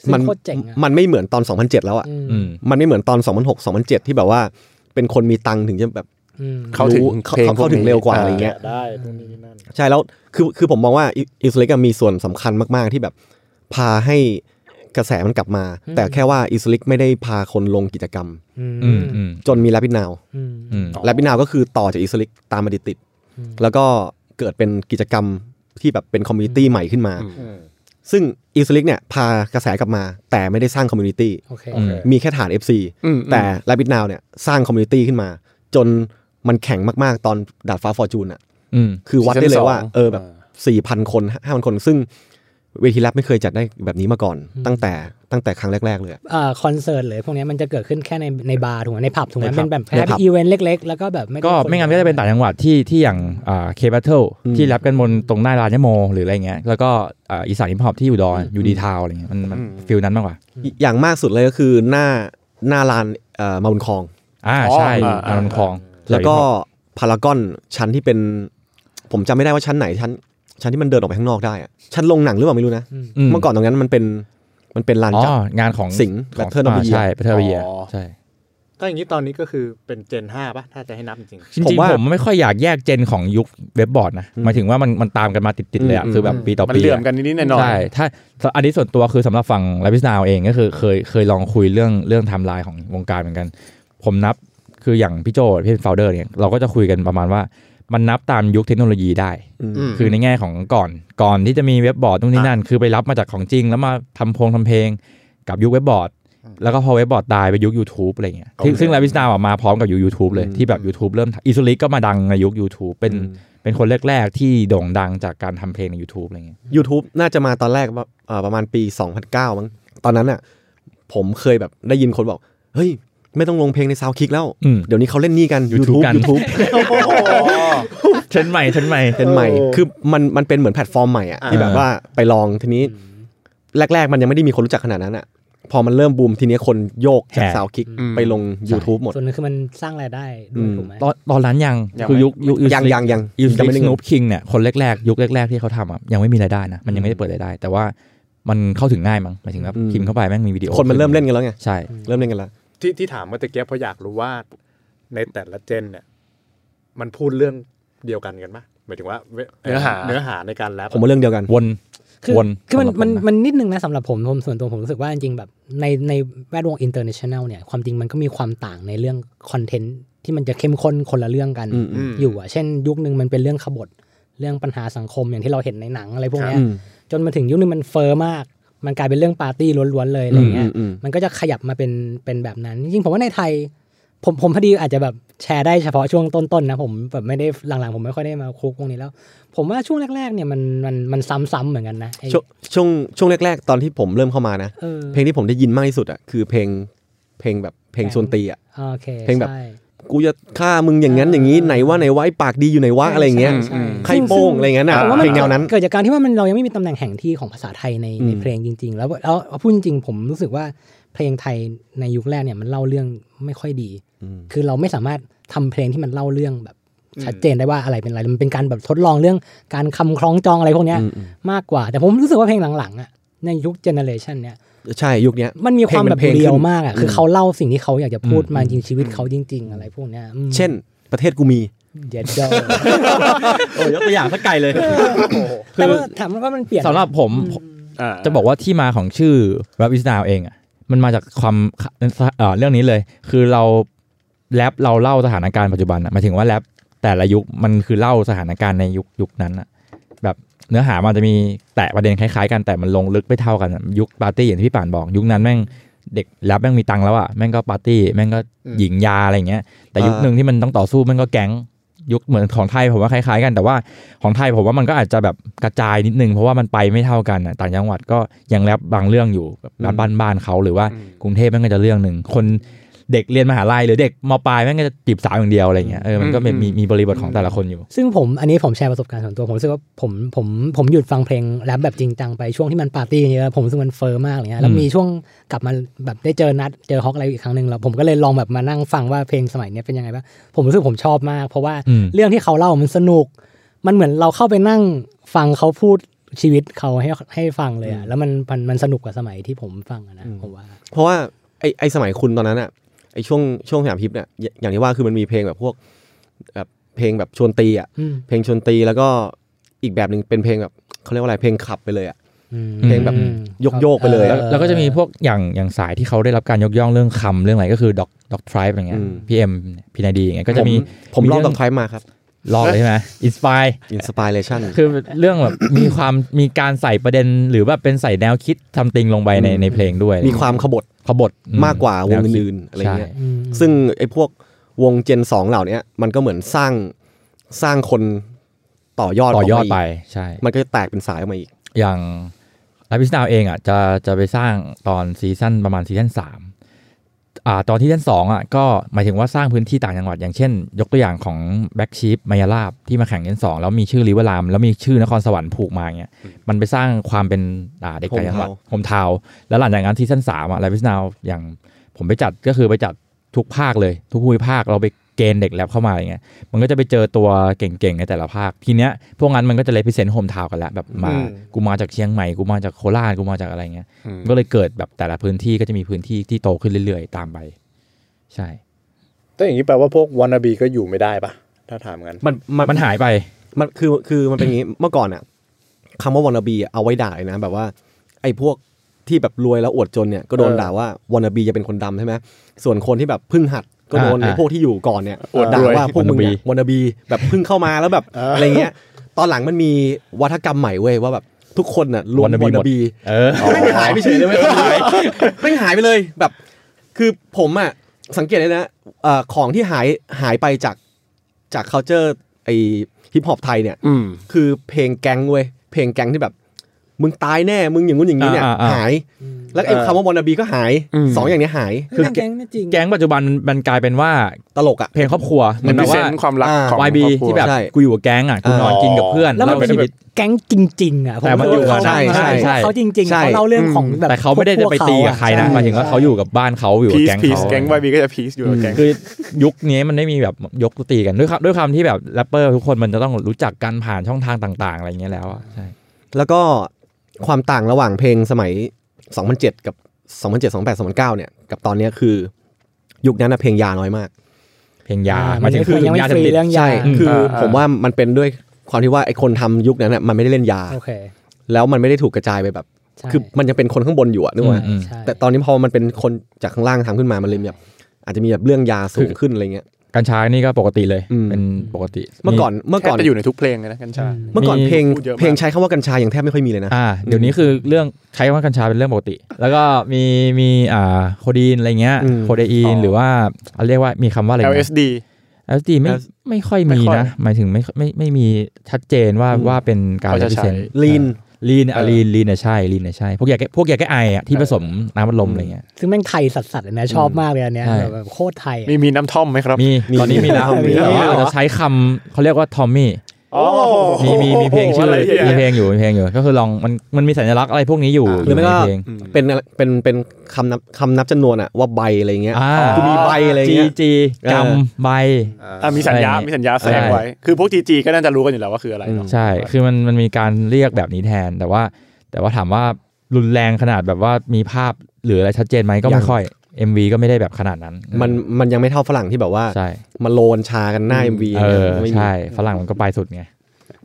F: ซึ่ง
D: มัน
F: โคตรเจ๋งอะ
D: มันไม่เหมือนตอน 2007 แล้วอ่ะ
F: อืม
E: อืม
D: มันไม่เหมือนตอน 2006 2007 ที่แบบว่าเป็นคนมีตังค์ถึงจะแบบ
F: อืม
C: เข้าถึง
D: รู้
C: เพลง
D: เข้าเข้าถึงเร็วกว่าอะไรเงี้ย
B: ได้ตรงนี้นั่น
D: ใช่แล้วคือคือผมมองว่าอิสเล็กมีส่วนสำคัญมาก ๆ ที่แบบพาให้กระแสมันกลับมา
F: อืม
D: แต่แค่ว่าอิสเล็กไม่ได้พาคนลงกิจกรรม
F: อืม
E: อืมอืม
D: จนมีแลปินาว
F: อืม
E: อืม
D: แลปินาวก็คือต่อจากอิสเล็กตามมาติดๆ
F: อืม
D: แล้วก็เกิดเป็นกิจกรรมที่แบบเป็นคอมมูนิตี้ใหม่ขึ้นมา
C: อืม
D: ซึ่งอิสเล็กเนี่ยพากระแสกลับมา แต่ไม่ได้สร้างคอมมูนิตี้
F: โอเค
E: อืม
D: มีแค่ฐาน FC
C: อืม
D: แต่ Rabbit Now เนี่ยสร้างคอมมูนิตี้ขึ้นมา จนมันแข็งมากๆ ตอนดาดฟ้าฟอร์จูนอ่ะ
E: อืม
D: คือวัดได้เลยว่า
C: Season สง
D: เออแบบ 4,000 คน 5,000 คน ซึ่งเวทีแรปไม่เคยจัดได้แบบนี้มาก่อน ตั้งแต่ตั้งแต่ครั้งแรก ๆ เลยอะ
F: เอ่อคอนเสิร์ตหรือพวกเนี้ยมันจะเกิดขึ้นแค่ในในบาร์ถูกไหมในผับถูกไหม
D: ในผั
F: เป็
D: บ
F: นแบบ
D: ในผั
F: แค่
D: บ
F: อีเวนต์เล็ก ๆ แล้วก็แบบไม่ด้
E: ก็ไม่งั้นก็จะเป็นต่างจังหวัดที่ที่อย่างเคบัตเทิล
D: อืม
E: ที่รับกันบนตรงหน้าร้านยะโม หรืออะไรเงี้ยแล้วก็อ่าอีสานฮิปฮอปที่อยู่ดอนอยู่ดีทาวอะไรเงี้ยมันมันฟิลนั้นมากกว่า
D: อย่างมากสุดเลยก็คือหน้าหน้าลานเอ่อมาบุญคลอง
E: อ่า
C: อ๋อ
E: ใช่
C: อ่าอ่า
E: อารมณ์คลอง
D: แล้วก็พารากอนชั้นที่เป็น ผมจำไม่ได้ว่าชั้นไหนชั้น ชั้นที่มันเดินออกไปข้างนอกได้อะชั้นลงหนังหรือเปล่าไม่รู้นะเมื่อก่อนตรงนั้นมันเป็นมันเป็นลาน
E: อ๋
D: จัด
E: องานของ
D: สิงห์
E: ขง
D: Battle of the
E: า
D: Year
E: ใช่แบทเทิลเยีย
C: อ๋อ
E: ใช่
B: ก็อย่างนี้ตอนนี้ก็คือเป็นเจนห้าป่ะ ถ้าจะให้นับจริง
E: จริง
D: ผมว่า
E: ๆผมไม่ค่อยอยากแยกเจนของยุคเว็บบอร์ดนะหมายถึงว่ามันมันตามกันมาติดๆเลยอะ
D: อืม
E: คือแบบปีต่อ
C: มัน
E: ปี
C: เหลื่อม
E: อะ
C: กันนิดๆหน่อยๆ
E: ใช่ถ้าอันนี้ส่วนตัวคือสำหรับฝั่งลาบิสนาวเองก็คือเคยเคยลองคุยเรื่องเรื่องไทม์ไลน์ของวงการเหมือนกัน ผมนับคืออย่างพี่โจพี่เป็นโฟลเดอร์เนี่ยเราก็จะคุยกันประมาณว่ามันนับตามยุคเทคโนโลยีได้
B: อืม
E: คือในแง่ของก่อนก่อนที่จะมีเว็บบอร์ดตรงนี้
B: อ่ะ
E: นั่น คือไปรับมาจากของจริง แล้วมาทำโพงทำเพลงกับยุคเว็บบอร์ด แล้วก็พอเว็บบอร์ดตายไปยุค YouTube อะไรเงี้ยซึ่งซึ่งลาวิสนาออกมาพร้อมกับยุค YouTube เลยที่แบบ YouTube เริ่มอิสุลิกก็มาดังในยุค YouTube เป็นเป็นคนแรก ๆ ที่โด่งดังจากการทำเพลงใน YouTube อะไรเงี้ย
D: YouTube น่าจะมาตอนแรกว่าเอ่อประมาณปี 2009 มั้ง ตอนนั้นน่ะผมเคยแบบได้ยินคนบอก เฮ้ย ไม่ต้องลงเพลงในซาวคิกแล้ว
E: อืม
D: เดี๋ยวนี้เขาเล่นนี่กัน
E: YouTube กัน
D: YouTube
E: เทรนด์ใหม่เทรนด์ใหม่
D: เป็นใหม่ คือมันมันเป็นเหมือนแพลตฟอร์มใหม่อะที่แบบว่าไปลองทีนี้ แรก ๆ มันยังไม่ได้มีคนรู้จักขนาดนั้นอะ พอมันเริ่มบูมทีเนี้ยคนโยกจาก
E: แห่
D: ซาวคิก
C: อืม
D: ไปลง YouTube หมด
F: ส่วนหนึงคือมันสร้างรายได้ด้วยถูกไหม
E: ตอนตอนนั้นยัง
C: ยัง
E: คือ
C: ไม่
E: ยุคยุค
D: ยังยังยัง
E: ยูส
D: ยังไม่
E: ลิ
D: ได้
E: ก
D: เงิ
E: นู
D: น
E: ปคิงเนี่ยคนแรกๆ ยุคแรก ๆ ที่เขาทำอ่ะยังไม่มีรายได้นะ มันยังไม่ได้เปิดรายได้ แต่ว่ามันเข้าถึงง่ายมั้งหมายถึงว่า
D: อืม
E: พิมพ์เข้าไปแม่งมีวิดีโอ
D: คนมันเริ่มเล่นกันแล้วไง
E: ใช่
D: เริ่มเล่นกันแล้ว
B: ที่ที่ถามเมื่อตะเกียบเพราะอยากรู้ว่าในแต่ละเจนเนี่ย มันพูดเรื่องเดียวกันกันปะหมายถึงว่าเว
C: เนื้อหา
B: เนื้อหาในการแรป
D: ผมว่าเรื่องเดียวกัน
E: วน
F: คือ
E: วน
F: คือมั
E: สำห
F: น
E: รับ
F: มัน
E: ผะ
F: มันนิดนึงนะสำหรับผมผมส่วนตัวผมรู้สึกว่าจริงๆแบบในในแวดวงอินเตอร์เนชั่นแนลเนี่ยความจริงมันก็มีความต่างในเรื่องคอนเทนต์ที่มันจะเข้มข้นคนละเรื่องกัน
D: อืม
B: ม
F: อยู่อ่ะ เช่น ยุคหนึ่งมันเป็นเรื่องขบฏเรื่องปัญหาสังคมอย่างที่เราเห็นในหนังอะไรพวกเนี้ย
D: อืม
F: จนมาถึงยุคหนึงมันเฟอร์มาก มันกลายเป็นเรื่องปาร์ตี้ล้วนๆเลยอะไรเงี้ย
D: อืมอืมอืม
F: มันก็จะขยับมาเป็นเป็นแบบนั้นจริงๆผมว่าในไทย ผมผมพอดีอาจจะแบบแชร์ได้เฉพาะช่วงต้นๆนะผมแบบไม่ได้หลังๆ ผมไม่ค่อยได้มาคุกพวกนี้แล้ว ผมว่าช่วงแรกๆเนี่ยมันมันมันซ้ำๆเหมือนกันนะไอ้
D: ช่วงช่วงช่วงแรก ๆ ตอนที่ผมเริ่มเข้ามานะ
F: เออ
D: เพลงที่ผมได้ยินมากที่สุดอ่ะคือเพลงเพลงแบบเพลงชวนตีอ่ะ
F: โอเค
D: เพลงแบบ
F: ใช่
D: กูจะฆ่ามึงอย่างนั้นอย่างนี้ไหนว่าไหนว่าไอ้ปากดีอยู่ไหนวะอะไรอย่างเงี้ย
F: ใช่ใช่
D: ไข่โป้งอะไรอย่างเงี้ยน่ะ
F: ผมว่ามั
D: เพลงแนวนั้น
F: เกิดจากการที่ว่ามันเรายังไม่มีตำแหน่งแห่งที่ของภาษาไทยใน
D: อืม
F: ในเพลงจริง ๆ แล้วแล้วเอาพูดจริงๆผมรู้สึกว่าเพลงไทยในยุคแรกเนี่ยมันเล่าเรื่องไม่ค่อยดี คือเราไม่สามารถทำเพลงที่มันเล่าเรื่องแบบชัดเจนได้ว่าอะไรเป็นอะไรมันเป็นการแบบทดลองเรื่องการคำคล้องจองอะไรพวกเนี้ย
D: อืมอืม
F: มากกว่า แต่ผมรู้สึกว่าเพลงหลังๆอ่ะในยุคเจเนอเรชันเนี่ย
D: ใช่ยุคเนี้ย
F: มันมีความแบบ
D: เพลงมันเพลง
F: เรียว
D: ขึ้น
F: มากอ่ะคืออ
D: ม
F: เขาเล่าสิ่งที่เขาอยากจะพูดมาจริงชีวิตเขาจริง ๆ อะไรพวกเนี้ยอืม
D: เช่น ประเทศกูมี
F: เดี๋ยวเดี๋ยว (laughs)
E: โอ้ยยกตัวอย่างสักไกลเลย
F: แต่ว่าถามว่ามันเปลี่ยน
E: สำหรับผมจะบอกว่าที่มาของชื่อ rap is now เองอะมันมาจากความเอ่อเรื่องนี้เลย คือเราแรปเราเล่าสถานการณ์ปัจจุบันอะหมายถึงว่าแรปแต่ละยุคมันคือเล่าสถานการณ์ในยุคยุคนั้นอะแบบเนื้อหามันจะมีแตะประเด็นคล้ายๆกันแต่มันลงลึกไม่เท่ากันอะยุคปาร์ตี้อย่างที่พี่ป่านบอก ยุคนั้นแม่งเด็กแรปแม่งมีตังค์แล้วอะแม่งก็ปาร์ตี้แม่งก็หญิงยาอะไรอย่างเงี้ย แต่ยุค
D: อ่า
E: หนึ่งที่มันต้องต่อสู้แม่งก็แก๊ง ยุคเหมือนของไทยผมว่าคล้ายๆกันแต่ว่าของไทยผมว่ามันก็อาจจะแบบกระจายนิดนึง เพราะว่ามันไปไม่เท่ากันน่ะต่างจังหวัดก็ยังแรบบางเรื่องอยู่แบบ
D: อืม
E: บ้านบ้านๆเขาหรือว่ากรุงเทพแม่งก็จะเรื่องหนึ่งคนเด็กเรียนมหาลัยหรือเด็กมปลายแม่งก็จะจีบสาวอย่างเดียวอะไรเงี้ยเออมันก็มี
C: อืม
E: มีมีบริบทของแต่ละคนอยู่
F: ซึ่งผมอันนี้ผมแชร์ประสบการณ์ส่วนตัวผมรู้สึกว่าผมผมผมหยุดฟังเพลงแรปแบบจริงจังไปช่วงที่มันปาร์ตี้เยอะผมรู้สึกมันเฟอร์มากอะไรเงี้ยแล้ว
E: อืม
F: มีช่วงกลับมาแบบได้เจอนัดเจอฮอกอะไรอีกครั้งหนึ่งแล้วผมก็เลยลองแบบมานั่งฟังว่าเพลงสมัยเนี้ยเป็นยังไงบ้างผมรู้สึกผมชอบมาก เพราะว่า
E: อืม
F: เรื่องที่เขาเล่ามันสนุก มันเหมือนเราเข้าไปนั่งฟังเขาพูดชีวิตเขาให้ให้ฟังเลยอะแล้วมันมันมันสนุกกว่าสมัยที่ผมฟังอะนะผมว่า
D: เพราะว่าไอไอสมัยคุณตอนนั้นอะไอช่วงช่วงสยามฮิปเนี่ยอย่าอย่างที่ว่าคือมันมีเพลงแบบพวกแบบเพลงแบบชวนตีอะ
F: อืม
D: เพลงชวนตีแล้วก็อีกแบบหนึ่งเป็นเพลงแบบเขาเรียกว่าอะไรเพลงขับไปเลยอะ
F: อืม
D: เพลงแบบโยกๆไปเลย
E: แล้วแล้วก็จะมี
F: เออ
E: พวกอย่างอย่างสายที่เขาได้รับการยกย่องเรื่องคำเรื่องอะไรก็คือด็อกด็อกทริปอะไรเงี้ย
D: อืม
E: พีเอ็มพีนายดีอย่างเงี้ยก็จะมี
D: ผมลอกต
E: เรื่
D: อกไทมาครับ
E: ลอกเลยใช่ไหมอินสปาย
D: อินสปิเรชัน
E: คือเรื่องแบบ (coughs) มีความมีการใส่ประเด็นหรือแบบเป็นใส่แนวคิดทำติงลงไปใน
D: อืม
E: ในเพลงด้วย
D: มีความขบถ
E: ขบฏอื
D: มากกว่าวง
E: แนคิด
D: อื่นๆอะไรเงี้ย
E: ใช่
F: อืม
D: ซึ่งไอ้พวกวงเจนสองเหล่าเนี้ยมันก็เหมือนสร้างสร้างคนต่อยอด
E: ต่อยอด
D: ก
E: ไป
D: มา
E: ใช่
D: กมันก็แตกเป็นสายออกมาอีก
E: อย่างลาพิสนาวเองอ่ะจะจะไปสร้างตอนซีซั่นประมาณซีซั่นสามอ่าตอนที่ซั่นสองอ่ะก็หมายถึงว่าสร้างพื้นที่ต่างจังหวัด อย่างเช่น ยกตัวอย่างของแบ็กชีฟมายาลาบที่มาแข่งเล่นสองแล้วมีชื่อริเวอราม แล้วมีชื่อนครสวรรค์ผูกมาเงี้ยมันไปสร้างความเป็นอ่าเด็กต่างจังหวัด
D: Hometown
E: โฮมทาวแล้วหลังจากนั้นซีซั่นสามอ่ะลาพิสนาวอย่างผมไปจัดก็คือไปจัดทุกภาคเลย ทุกภูมิภาคเราไปเกณฑ์เด็กแลบเข้ามาอะไรเงี้ย มันก็จะไปเจอตัวเก่งๆ ในแต่ละภาค ทีเนี้ยพวกนั้นมันก็จะเลพิเซนต์โฮมทาวกันแล้วแบบมา
B: อืม
E: กูมาจากเชียงใหม่ กูมาจากโคราช กูมาจากอะไรเงี้ย ก็เลยเกิดแบบแต่ละพื้นที่ก็จะมีพื้นที่ที่โตขึ้นเรื่อยๆ ตามไป ใช่
B: แต่อย่างนี้แปลว่าพวกวานาบีก็อยู่ไม่ได้ปะถ้าถามกัน
D: มันมัน
E: มันหายไป
D: มันคือคือมันเป็นอย่างงี้ เมื่อก่อนอะคำว่าว a น n บีเอาไว้ด่าเลยนะแบบว่า ไอ้พวกที่แบบรวยแล้วอวดจนเนี่ยก็โดน
B: เออ
D: ด่าว่าว a น n บีจะเป็นคนดำใช่ไหมส่วนคนที่แบบเพึ่งหัดก็โดน
E: อ่า
D: ไอ้พวกที่อยู่ก่อนเนี่ย
B: อวด
D: ด่าร
B: วย
D: ว่าพวกมึงเนี่ย
E: wannabe
D: ว a น n บีแบบเพึ่งเข้ามาแล้วแบบอะไรเงี้ย ตอนหลังมันมีวัฒกรรมใหม่เว้ยว่าแบบทุกคนน่ะรวม
E: wannabe
D: ว a n
E: หมด
D: n บี
E: เออ
D: ไม่งหายไปเฉยเลยไม่หายไม่งหายไปเลยแบบ คือผมอ่ะสังเกตเลยนะเอ่อของที่หายหายไปจากจาก culture ไอฮิปฮอปไทยเนี่ย
C: อืม
D: คือเพลงแก๊งเว้ยเพลงแก๊งที่แบบ มึงตายแน่มึงอย่างงู้นอย่างนี้เนี่ย
E: อ่าอ่าอ่า
D: หาย แล้วไอ้คำว่าวอนนาบีก็หาย
C: อืม
D: สองอย่างเนี้ยหาย
F: คือแก๊งไม่จริง
E: แก๊งปัจจุบันมันกลายเป็นว่า
D: ตลกอ่ะ
E: เพลงครอบครัวเหมือน
C: พิ
E: แบบ
C: เศ
E: ว่า
C: ษความรัก
D: อ่า
C: ของ
E: YB
C: ครอครัว
E: ที่แบบ
D: ใช่
E: กูอยู่กับแก๊งอ่ะกูนอน
B: อ๋อ
E: กินกับเพื่อน
F: แล้วมัน
E: เล่า
F: เป็น
E: ชีวิต
F: แบบแก๊งจริงๆอ่ะผม
E: แต่มันอยู่กับ
F: เขา
D: ใช่ใช่ใช่
F: เขาจริงๆ
D: ใช่
F: เขาเล่าเรื่องของแบบ
E: แต่เขาไม่ได้จะไปตีกับใครนะห
F: พวก
E: มายถึงว่าเขาอยู่กับบ้านเขาอยู่กับ
C: พีซ
E: แก๊ง
C: พีซ
E: เขา
C: แก๊ง YB ก็จะพีซอยู่กับแก๊ง
E: (laughs) คือยุคนี้มันไม่มีแบบยกตีกันด้วยครับด้วยความที่แบบแรปเปอร์ทุกคนมันจะต้องรู้จักกันผ่านช่องทางต่าง ๆ อะไรอย่างเงี้ยแล้วอะใช่
D: แล้วก็ความต่างระหว่างเพลงสมัย 2007 กับ 2007 2008 2009 เนี่ย กับตอนเนี้ยคือ ยุคนั้นนะเพลงยาน้อยมาก
E: เพลงยา
F: อ่
E: หมายถึงคือ
F: ยังไม่
E: ยา
F: ฟ
E: เสพ
F: รี
E: ติด
F: เรื่องยา
D: ใช่ คืออ
C: ม
D: ผมว่ามันเป็นด้วยความที่ว่าไอ้คนทำยุคนั้นน่ะมันไม่ได้เล่นยา
F: โอเค
D: แล้วมันไม่ได้ถูกกระจายไปแบบ
F: ใช่
D: คือมันยังเป็นคนข้างบนอยู่อะนึกว่า
E: อืม
F: ใช่
D: แต่ตอนนี้พอมันเป็นคนจากข้างล่างทำขึ้นมามันเลยแบบอาจจะมีแบบเรื่องยาสูงขึ้นอะไรเงี้ย
E: กัญชานี่ก็ปกติเลย
D: อืม
E: เป็นปกติ
D: เมื่อก่อนเมื่อ
C: แท
D: ก่
C: บ
D: อน
C: จะอยู่ในทุกเพลงเลยนะกัญชา
F: อืม
D: เมื่อก่อน
E: มี
D: เพลง
C: พูดเยอะมาก
D: เพลงใช้คำว่ากัญชายังแทบไม่ค่อยมีเลยนะ
E: อ่าเดี๋ยวนี้คือเรื่องใช้คำว่ากัญชาเป็นเรื่องปกติ แล้วก็มีมีอ่าโคดีนอะไรเงี้ย
D: อืม
E: โคเดอี
C: อ๋
E: น
C: อ
E: หรือว่าเอาเรียกว่ามีคำว่าอะไรนะ
C: LSD
E: LSD ไม่
D: L-
E: ไม่ค่อย
C: ไม่
E: มี
C: ค่อย
E: นะหมายถึงไม่ไม่ไม่มีชัดเจนว่า
D: อืม
E: ว่าเป็นการ
C: เขาจะ
E: พิเศษ
C: ใช้
D: ลีน
E: ลีนอะ
C: เออ
E: ลีนลีนอะใช่ลีนอะใช่พวกยาแก้พวกยาแก้ไออะที่ผสมน้ำอัดลมอะไรเงี้ย
F: ซึ่งแม่งไทยสัสๆเลยนะชอบมากเลยอันเนี้ย
E: ใช่
F: แบบแบบโคตรไทยอะ
C: มีมีน้ำท่อมไหมครับ
E: มี
D: มี
E: ตอนนี้มีแล้ว
D: มีแล้ว
E: แต่ว่าอาจจะใช้คำเขาเรียกว่าทอมมี่
C: โอ้โห
E: มีมีมีเพลงชื่อ
C: อะไรเนี่ย
E: มีเพลงอยู่มีเพลงอยู่ก็คือลองมันมันมีสัญลักษณ์อะไรพวกนี้อยู่
D: หรือไม่ก็
E: ยู่ในเพลง
D: เป็นอะไรเป็นเป็นคำนับคำนับจำนวนอะว่าใบอะไรเงี้ย
E: อ่า
D: คือมีใบอะไร
E: จี
D: เงี้ย
E: จีกำใบ
C: อ่ะมีสัญญา มีสัญญาแสดงไว้ คือพวกจีจีก็น่าจะรู้กันอยู่แล้วว่าคืออะไรเนาะ
E: ใช่ คือมันมันมีการเรียกแบบนี้แทน แต่ว่า แต่ว่าถามว่ารุนแรงขนาดแบบว่ามีภาพหรืออะไรชัดเจนไหมก็
D: ยั
E: ไม่
D: ง
E: ค่อย MV ก็ไม่ได้แบบขนาดนั้น
D: มันมันยังไม่เท่าฝรั่งที่แบบว่า
E: ใช่
D: มาโลนชากันหน้า MV
E: เอ
D: เนี่ย
E: อ
D: ไม่มี
E: ใช่ฝรั่งมันก็ไปสุดไง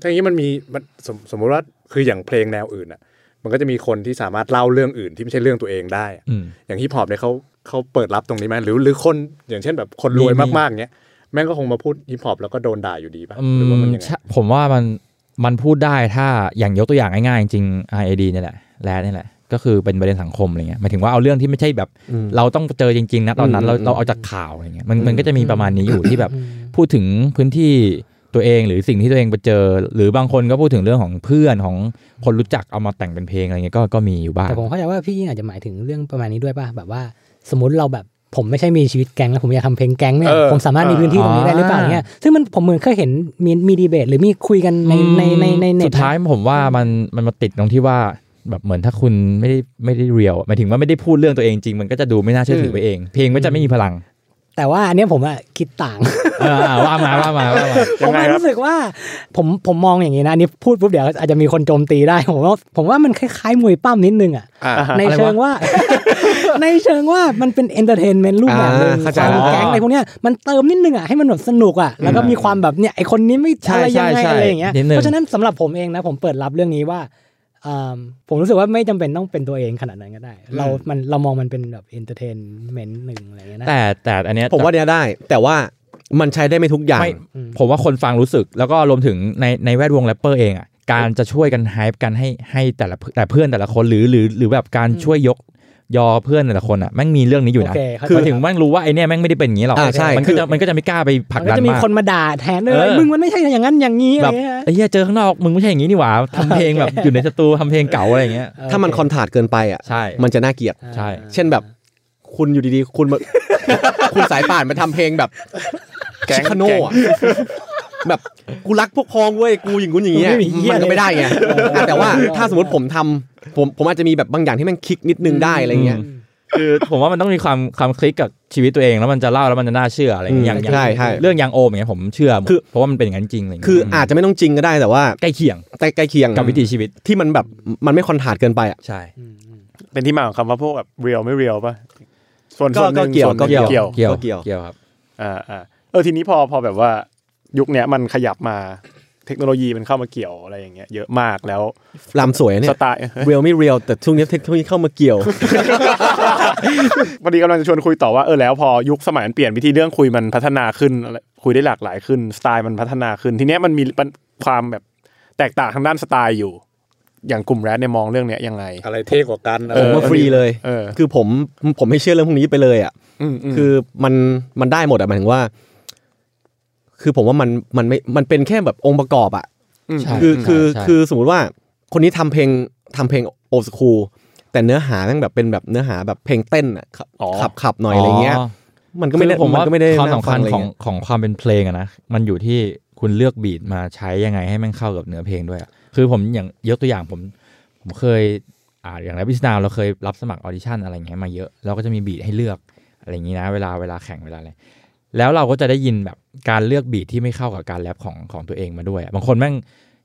B: ถ้าอย่างนี้มันมีมันสมสมมติว่าคืออย่างเพลงแนวอื่นอ่ะ มันก็จะมีคนที่สามารถเล่าเรื่องอื่นที่ไม่ใช่เรื่องตัวเองได้อะ
E: อืม
B: อย่างฮิปฮอปเนี่ยเขาเขาเปิดรับตรงนี้ไหมหรือหรือคนอย่างเช่นแบบคนรวย
E: มีมี
B: มากๆเนี้ยแม่งก็คงมาพูดฮิปฮอปแล้วก็โดนด่าอยู่ดีป่ะ
E: อื
B: หรือว่ามัน
E: ม
B: ยังไง
E: ใช่ผมว่ามันมันพูดได้ถ้าอย่างยกตัวอย่างง่ายๆจริง RAD เนี่ยแหละแรดเนี่ยแหละ ก็คือเป็นประเด็นสังคมอะไรเงี้ยหมายถึงว่าเอาเรื่องที่ไม่ใช่แบบ
D: อืม
E: เราต้องเจอจริงๆนะตอนนั้นเรา
D: อืม
E: เราเอาจากข่าวอะไรเงี้ยมันมันก็จะมีประมาณนี้อยู่ที่แบบ พูดถึงพื้นที่ตัวเองหรือสิ่งที่ตัวเองไปเจอ หรือบางคนก็พูดถึงเรื่องของเพื่อนของคนรู้จักเอามาแต่งเป็นเพลงอะไรเงี้ยก็ก็มีอยู่บ้าง
F: แต่ผมเข้าใจว่าพี่ยิ่งอาจจะหมายถึงเรื่องประมาณนี้ด้วยป่ะแบบว่า สมมติเราแบบผมไม่ใช่มีชีวิตแก๊งแล้วผมอยากทำเพลงแก๊งเนี่ย
C: เออ
F: ผมสามารถมีพื้นที่ตรงนี้ได้หรือเปล่า
E: อ่า
F: เนี่ยซึ่งมันผมเหมือนเคยเห็นมีมีดีเบตหรือมีคุยกันในในในในเน็
E: สุ
F: ต
E: ดท้ายผมว่ามันมันมาติดตรงที่ว่าแบบเหมือนถ้าคุณไม่ได้ไม่ได้เรียวหมายถึงว่าไม่ได้พูดเรื่องตัวเองจริง มันก็จะดูไม่น่าเชื่อถือไปเอง เพลงก็จะไม่มีพลัง
F: แต่ว่าอันเนี้ยผมอะคิดต่าง
E: เออว่ามาว่ามาว่ามา
F: ผ
C: ยัง
F: ม
C: ไงครับ
F: รู้สึกว่าผมผมมองอย่างนี้นะอันนี่พูดปุ๊บเดี๋ยวอาจจะมีคนโจมตีได้ผมว่าผมว่ามันคล้ายๆมวยปั้มนิดนึงอะ
B: อ่ะ
F: ในเชิงว่า (laughs) ในเชิงว่ามันเป็นเอนเตอร์เทนเมนต์รูปแบบหนึง
D: อ่าเข้าใจ
F: ความ
D: แล้ว
F: แก๊งอะไรพวกเนี้ยมันเติมนิดนึงอ่ะให้มันแบบสนุกอ่ะแล้วก็มีความแบบเนี่ยไอคนนี้ไม่
E: ใช่
F: อะไรยั
E: ใช่
F: งไง
E: ใช่
F: อะไรอย่างเงี้ย
E: นิดนึง
F: เพราะฉะนั้นสำหรับผมเองนะผมเปิดรับเรื่องนี้ว่าเอิ่มผมรู้สึกว่าไม่จำเป็นต้องเป็นตัวเองขนาดนั้นก็ได้ เรา มันเรามองมันเป็นแบบเอนเตอร์เทนเมนต์หนึ่งอะไรอย่างเงี้ยนะ
E: แต่แต่อันเนี้ย
D: ผมว่าเนี่ยได้ แต่ว่ามันใช้ได้ไม่ทุกอย่าง
E: ไม่
F: อืม
E: ผมว่าคนฟังรู้สึกแล้วก็รวมถึงในในแวดวงแรปเปอร์เองอ่ะการจะช่วยกันไฮป์กันให้ให้แต่ละแต่เพื่อนแต่ละคนหรือหรือหรือแบบการช่วยยกยอเพื่อนแต่ละคนอ่ะแม่งมีเรื่องนี้อยู่นะ
F: โอเคเข้าใจ
E: คือหมายถึงแม่งรู้ว่าไอเนี้ยแม่งไม่ได้เป็นอย่างนี้หรอก
D: อ่าใช่
E: มัน
D: คื
E: ก็
D: อ
E: จะมันก็จะไม่กล้าไปผลัก
F: มัน
E: ดั
F: ก็
E: น
F: จะมี
E: มาก
F: คนมาด่าแทนเล
E: เอย อ
F: มึงมันไม่ใช่อย่างนั้นอย่างนี้อะ
E: แบ
F: ไร
E: บ
F: เงี้ย
E: ไอ้เหี้ยเจอข้างนอกมึงไม่ใช่อย่างนี้นี่ห
D: (laughs)
E: ว่าทำเพลงแบบอยู่ในสตูทำเพลงเก่าอะไรอย่างเงี้ย
D: ถ้ามันคอนถาดเกินไปอ่ะ
E: ใช่
D: มันจะน่าเกลียด
E: ใช่
D: เช่นแบบ คุณอยู่ดีๆ คุณมา (laughs) คุณสายป่านมาทำเพลงแบบ
C: แก๊ง
D: ชิคาโน่อะแบบกูรักพวกพ้องเว้ยกูอย่างงู้นอย่างเงี้ย
F: ไม่มีเหี้ย
D: มันก็ไม่ได้ไง
F: เลย
D: อ่ะแต่ว่าถ้าสมมติผมทำผมผมอาจจะมีแบบบางอย่างที่มันคลิกนิดนึงได้อะไรเงี้ย
E: คือผมว่ามันต้องมีความความคลิกกับชีวิตตัวเองแล้วมันจะเล่าแล้วมันจะน่าเชื่ออะไรอย่างเงี้ย
D: อืม
E: อย่าง
D: ใช่ใช่
E: เรื่องยางโอมอย่างเงี้ยผมเชื่อหมด
D: คือ
E: เพราะว่ามันเป็นอย่างนั้นจริงอะไรย่าง
D: คื
E: เงี้
D: อย อาจจะไม่ต้องจริงก็ได้แต่ว่า
E: ใกล้เคียง
D: ใกล้ใกล้เคียง
E: กับวิถีชีวิต
D: ที่มันแบบมันไม่คอนถาดเกินไปอ่ะ
E: ใช่
C: เป็นที่มาของคำว่าพวกแบบเรียลไม่เรียลป่ะ ส่วน
D: ก็
C: ส่วนหนึ่ง
D: ก็เกี่ยว
C: ส่นหนึ่ง
D: ก็เกี่ยว
E: เกี่ยว
D: ก็เกี่ยว
E: เกี่ยวครับ
C: อ่าอ่าเออทีนี้พอพอแบบว่ายุคเนี้ยมันขยับมาเทคโนโลยีมันเข้ามาเกี่ยวอะไรอย่างเงี้ยเยอะมากแล้ว
D: ลำสวยอะเนี่
C: ส
D: ย
C: ไตล์ (laughs)
D: เรียลไม่เรียลแต่ช่วงนี้เทคโนโลยีเข้ามาเกี่ยว
C: วันนี้กำลังจะชวนคุยต่อว่าเออแล้วพอยุคสมัยมันเปลี่ยนวิธีเรื่องคุยมันพัฒนาขึ้นอะไรคุยได้หลากหลายขึ้นสไตล์มันพัฒนาขึ้น ทีเนี้ยมันมีปัญความแบบแตกต่างทางด้านสไตล์อยู่ อย่างกลุ่มแรดเนี่ยมองเรื่องเนี้ยยังไง
B: อะไรเท่กว่ากันอะ
D: ผ
B: ไร
D: มว่าฟรีเลย
C: เออ
D: คือผมผมไม่เชื่อเรื่องพวกนี้ไปเลยอ่ะ
C: อืมอืม
D: คือมันมันได้หมดอ่ะหมายถึงว่า คือผมว่ามันมันไม่มันเป็นแค่แบบองค์ประกอบอ่ะ
C: ม
E: ใช่
D: คือ
E: ใช่
D: คือ
E: ใช่
D: คือสมมติว่า คนนี้ทำเพลง ทำเพลงโอสคูลแต่เนื้อหาแม่งแบบเป็นแบบเนื้อหาแบบเพลงเต้นอ่ะขับ
C: อ๋อ
D: ขับขับหน่อยอะไรเงี้ย มันก็ไม่ได้
E: คือผม
D: มัน
E: ว่า
D: ก็ไม่ได้
E: ความ
D: น่
E: สำคัญ
D: ฟัะไร
E: ของ
D: เย
E: ของความเป็นเพลงอะนะมันอยู่ที่คุณเลือกบีทมาใช้ยังไงให้มันเข้ากับเนื้อเพลงด้วยอะคือผมอย่างยกตัวอย่างผมผมเคยอ่าอย่างไรพิสนาวเราเคยรับสมัครออดิชั่นอะไรอย่างเงี้ยมาเยอะเราก็จะมีบีทให้เลือกอะไรอย่างงี้นะ เวลาเวลาแข่งเวลาอะไรแล้วเราก็จะได้ยินแบบการเลือกบีทที่ไม่เข้ากับการแรปของของตัวเองมาด้วยอะบางคนแม่ง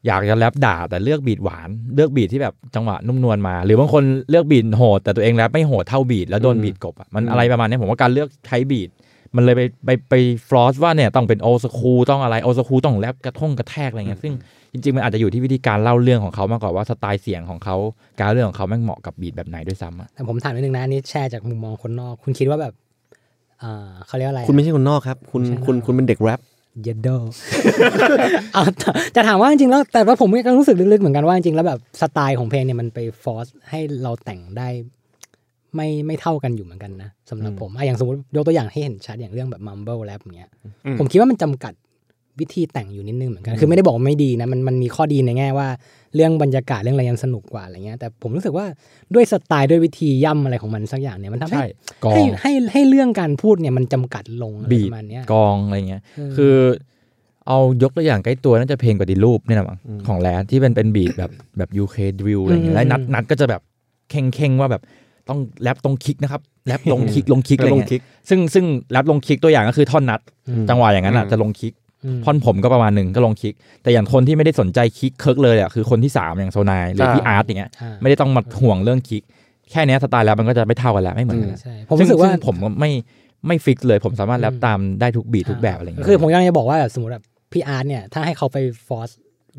E: อยากจะแรปด่าแต่เลือกบีทหวาน เลือกบีทที่แบบจังหวะนุ่มนวลมา หรือบางคนเลือกบีทโหดแต่ตัวเองแรปไม่โหดเท่าบีทแล้วโดนบีทกบอะมันอะไรประมาณเนี้ยผมว่าการเลือกใช้บีท มันเลยไปไปไปฟลอสว่าเนี่ยต้องเป็นโอสคูต้องอะไรโอสคูต้องแรปกระท่งกระแทกอะไรเงี้ยซึ่งจริงๆ มันอาจจะอยู่ที่วิธีการเล่าเรื่องของเขามากกว่าว่าสไตล์เสียงของเขาการเรื่องของเขาแม่งเหมาะกับบีทแบบไหนด้วยซ้ำอะ
F: แต่ผมถามนิดนึงนะอันนี้แชร์จากมุมมองคนนอก คุณคิดว่าแบบเอ่อเขาเรียกว่าอะไรอะ
D: คุณไม่ใช่คนนอกครับ คุณ
F: ไม่ใช่
D: คุณ
F: นอก
D: คุณเป็นเด็กแรป
F: เยดโด (laughs) เอาแต่จะถามว่าจริงๆแล้วแต่ว่าผมก็รู้สึกลึกๆเหมือนกันว่าจริงๆแล้วแบบสไตล์ของเพลงเนี่ยมันไปฟอร์สให้เราแต่งได้ ไม่ไม่เท่ากันอยู่เหมือนกันนะสำหรับผมอะอย่างสมมติยกตัวอย่างให้เห็นชัดอย่างเรื่องแบบมัมเบิลแรปเงี้ย
C: อืม
F: ผมคิดว่ามันจำกัดวิธีแต่งอยู่นิดนึงเหมือนกัน คือไม่ได้บอกว่าไม่ดีนะมันมันมีข้อดีในแง่ว่า เรื่องบรรยากาศเรื่องอะไรยังสนุกกว่าอะไรเงี้ยแต่ผมรู้สึกว่าด้วยสไตล์ด้วยวิธีย่ำอะไรของมันสักอย่างเนี่ยมันทำให้
E: ใช่กอ
F: ให้
E: ง
F: ให้ให้เรื่องการพูดเนี่ยมันจำกัดลงอะไร
E: บี
F: ป
E: ท
F: ระมาณเนี้ย
E: กองอะไรเงี้ย
F: เออ
E: คือเอายกตัวอย่างใกล้ตัวน่าจะเพลงปฏิรูปเนี่ยนะมั้งของแรดที่เป็นเป็นบีทแบบแบบยูเคดริลอะไรเงี้ย
F: อืม
E: และนัดนัดก็จะแบบเข่งเข่งๆว่าแบบต้องแรปตรงคิกนะครับแรปลงคิกลงคิกอะไร
D: ลง
E: เงี้ย
D: คิก
E: ซึ่งซึ่งแรปลงคิกตัวอย่างก็คือท่อนนัด
F: อืม
E: จังหวะอย่างนั้นอะ
B: อืม
E: จะลงคิก
F: ม
E: ท่อนผมก็ประมาณหนึ่งก็ลงคลิก แต่อย่างคนที่ไม่ได้สนใจคลิกเคิร์กเลยอ่ะคือคนที่ 3 อย่างโซนายหรือพี่
C: อ่า
E: อาร์ตอย่างเงี้ย
F: อ่า
E: ไม่ได้ต้องมาห่วงเรื่องคลิก แค่เนี้ยสไตล์แล้วมันก็จะไม่เท่ากันแล้วไม่เหมือนกันแล้ว
F: ใช่ผม
E: ซึ่ง
F: รู้สึกว่า
E: ซึ่งผมก็ไม่ไม่ฟิกเลย ผมสามารถแรป
F: อืม
E: ตามได้ทุกบีททุกแบบอะไรอย่างเงี้ย
F: คือผมกำลังจะบอกว่าแบบสมมติแบบพี่อาร์ตเนี่ย ถ้าให้เขาไปฟอร์ส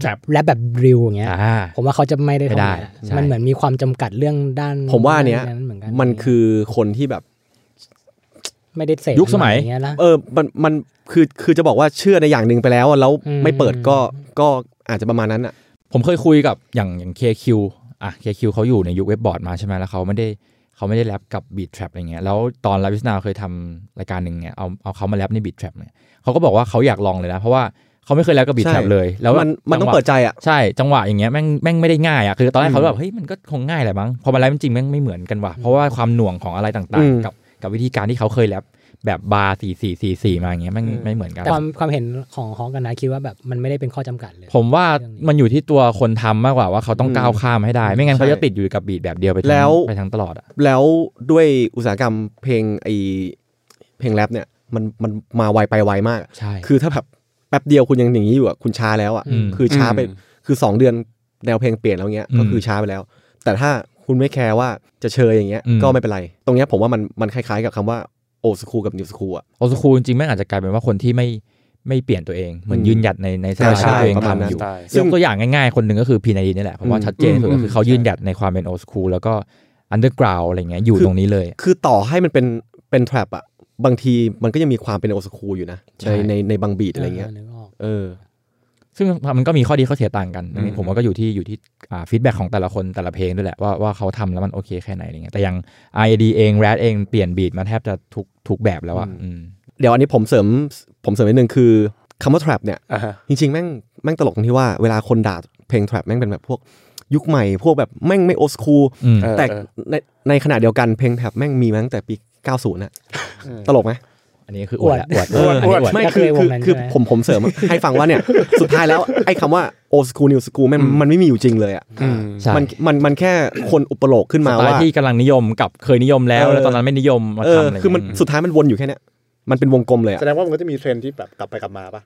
E: ครับ
F: และแบบดริลอย่างเงี้ย
E: อ่า
F: ผมว่าเขาจะไม่ได้
E: ไม่ได้
F: ทำนะ
E: ใช่
F: มันเหมือนมีความจำกัดเรื่องด้าน
D: ผมว่าอันเนี้ย
F: ด้เหมือนกัน
D: มันคือคนที่แบบ
F: ไม่ได้เสพ
E: ยุคสมัย
F: อะไรอางเงี้ยละ
D: เออ มัน มัน คือ คือจะบอกว่าเชื่อในอย่างหนึ่งไปแล้วอะแล้ว
F: อืม
D: ไม่เปิดก็ ก็อาจจะประมาณนั้นอ่ะ
E: ผมเคยคุยกับอย่างอย่าง KQ อ่ะ KQ เขาอยู่ในยุคเว็บบอร์ดมาใช่ไหมแล้วเขาไม่ได้เขาไม่ได้แรปกับบีทแทรปอะไรเงี้ยแล้วตอนลาวิสนาเคยทำรายการหนึ่งเนี่ยเอาเอาเขามาแรปในบีทแทรปเนี่ยเขาก็บอกว่าเขาอยากลองเลยนะ เพราะว่าเขาไม่เคยแรปกับบีทแทรป
D: ใช่
E: เลย แล้ว
D: มัน มันต้อง
E: จัหวะ
D: เปิดใจอ่ะ
E: ใช่ จังหวะอย่างเงี้ยแม่งแม่งไม่ได้ง่ายอ่ะคือตอนแรกเขาแบบเฮ้ยมันก็คงง่ายแหละมั้งพอมาไลฟ์จริงแม่งไม่เหมือนกันว่ะเพราะว่าความหน่วงของอะไรต่า
D: อื
E: ง
D: ม
E: ๆ กับกับวิธีการที่เขาเคยแรปแบบบาร์สี่สี่สี่สี่มาอย่างเงี้ยแม่งไม่เหมือนกัน
F: แต่ความความเห็นของฮอกกันนะคิดว่าแบบมันไม่ได้เป็นข้อจำกัดเลย
E: ผมว่า
F: เรื่องนี้
E: มันอยู่ที่ตัวคนทำมากกว่าว่าเขาต้องก้าวข้ามให้ได้ ไม่งั้นเขา
D: ใช่
E: จะติดอยู่กับบีทแบบเดียวไปทั้ง
D: แล้ว
E: ไปทั้งตลอดอ่ะ
D: แล้วด้วยอุตสาหกรรมเพลงไอเพลงแรปเนี่ย มัน มันมาไวไปไวมาก
E: ใช่
D: คือถ้าแบบแป๊บเดียวคุณยังอย่างนี้อยู่อ่ะ คุณช้าแล้วอ่ะ
E: อืม
D: คือช้าไป
B: อืม
D: คือสองเดือนแนวเพลงเปลี่ยนแล้วเงี้ย ก็
E: อืม
D: คือช้าไปแล้ว แต่ถ้าคุณไม่แคร์ว่าจะเชยอย่างเงี้ย
E: อืม
D: ก็ไม่เป็นไร ตรงเนี้ยผมว่ามัน มันคล้ายๆ กับคำว่าโอสคูกับนิวสคูอ่ะ
E: โอสคูลจริงๆแม่งอาจจะกลายเป็นว่าคนที่ไม่ไม่เปลี่ยนตัวเองเหมือน
D: อืม
E: ยืนหยัดในในสไตล์
D: ใช่
E: ที่ตัวเอง
D: ประมาณนั้น
E: ทำอยู่
C: ได้
E: ซึ่งตัวอย่างง่ายๆ คนหนึ่งก็คือพีนาดีนี่แหละ เพราะว่าชัดเจนที่สุดก็คือเขายืนหยัดในความเป็นโอสคูลแล้วก็อันเดอร์กราวอะไรเงี้ยอยู่ตรงนี้เลย
D: คือต่อให้มันเป็นเป็นแทร็ปอะบางทีมันก็ยังมีความเป็นโอสคูอยู่นะ
E: ใช่
D: ในในในบางบีดอะไรเงี้ย
F: นึกออก
D: เออ
E: ซึ่งมันก็มีข้อดีข้อเสียต่างกันอันนี้
B: อืม
E: ผมว่าก็อยู่ที่อยู่ที่ฟีดแบ็ของแต่ละคนแต่ละเพลงด้วยแหละว่าว่าเขาทำแล้วมันโอเคแค่ไหนอะไรเงี้ยแต่อย่าง IAD เอง RAD เองเปลี่ยนบีทมาแทบจะทุกทุกแบบแล้วอะอืม
D: เดี๋ยวอันนี้ผมเสริมผมเสริมนิดนึงคือคำว่าแทร็ปเนี่ย
B: อ่าฮะ
D: จริงๆ แม่งแม่งตลกตรงที่ว่าเวลาคนด่าเพลงแทร็ปแม่งเป็นแบบพวกยุคใหม่ พวกแบบแม่งไม่โอสคู
E: อืม
B: เออ
D: แต่
B: เออ
D: ในในขณะเดียวกันเพลงแทร็ปแม่งมีมาตั้งแต่ปี 90น่ะตลกไหม
E: อันนี้คืออวดละอวดเอออัน
C: อวด
E: นี้อวด
D: ไม่
F: ก็
D: คือ
F: ว
D: คื
F: ง
D: อ
F: นั้น
D: คือ
F: ใช่ไหม
D: ผมผมเสริมให้ฟังว่าเนี่ย สุดท้ายแล้วไอ้คำว่าโอสคูนิวสคูแม่งมันไม่มีอยู่จริงเลยอ่ะ
B: อืม
E: ใช่
D: มันมันมันแค่คนอุปโลกขึ้นมา
E: สไตล์
D: ว่า
E: ที่กำลังนิยมกับเคยนิยมแล้ว
D: เออ
E: แล้วตอนนั้นไม่นิยมมา
D: เออ
E: ทำอะไร
D: คือมัน
E: เงี้ย
D: สุดท้ายมันวนอยู่แค่เนี้ยมันเป็นวงกลมเลยอะ
B: แสดงว่ามันก็จะมีเทรนด์ที่แบบกลับไปกลับมาปะ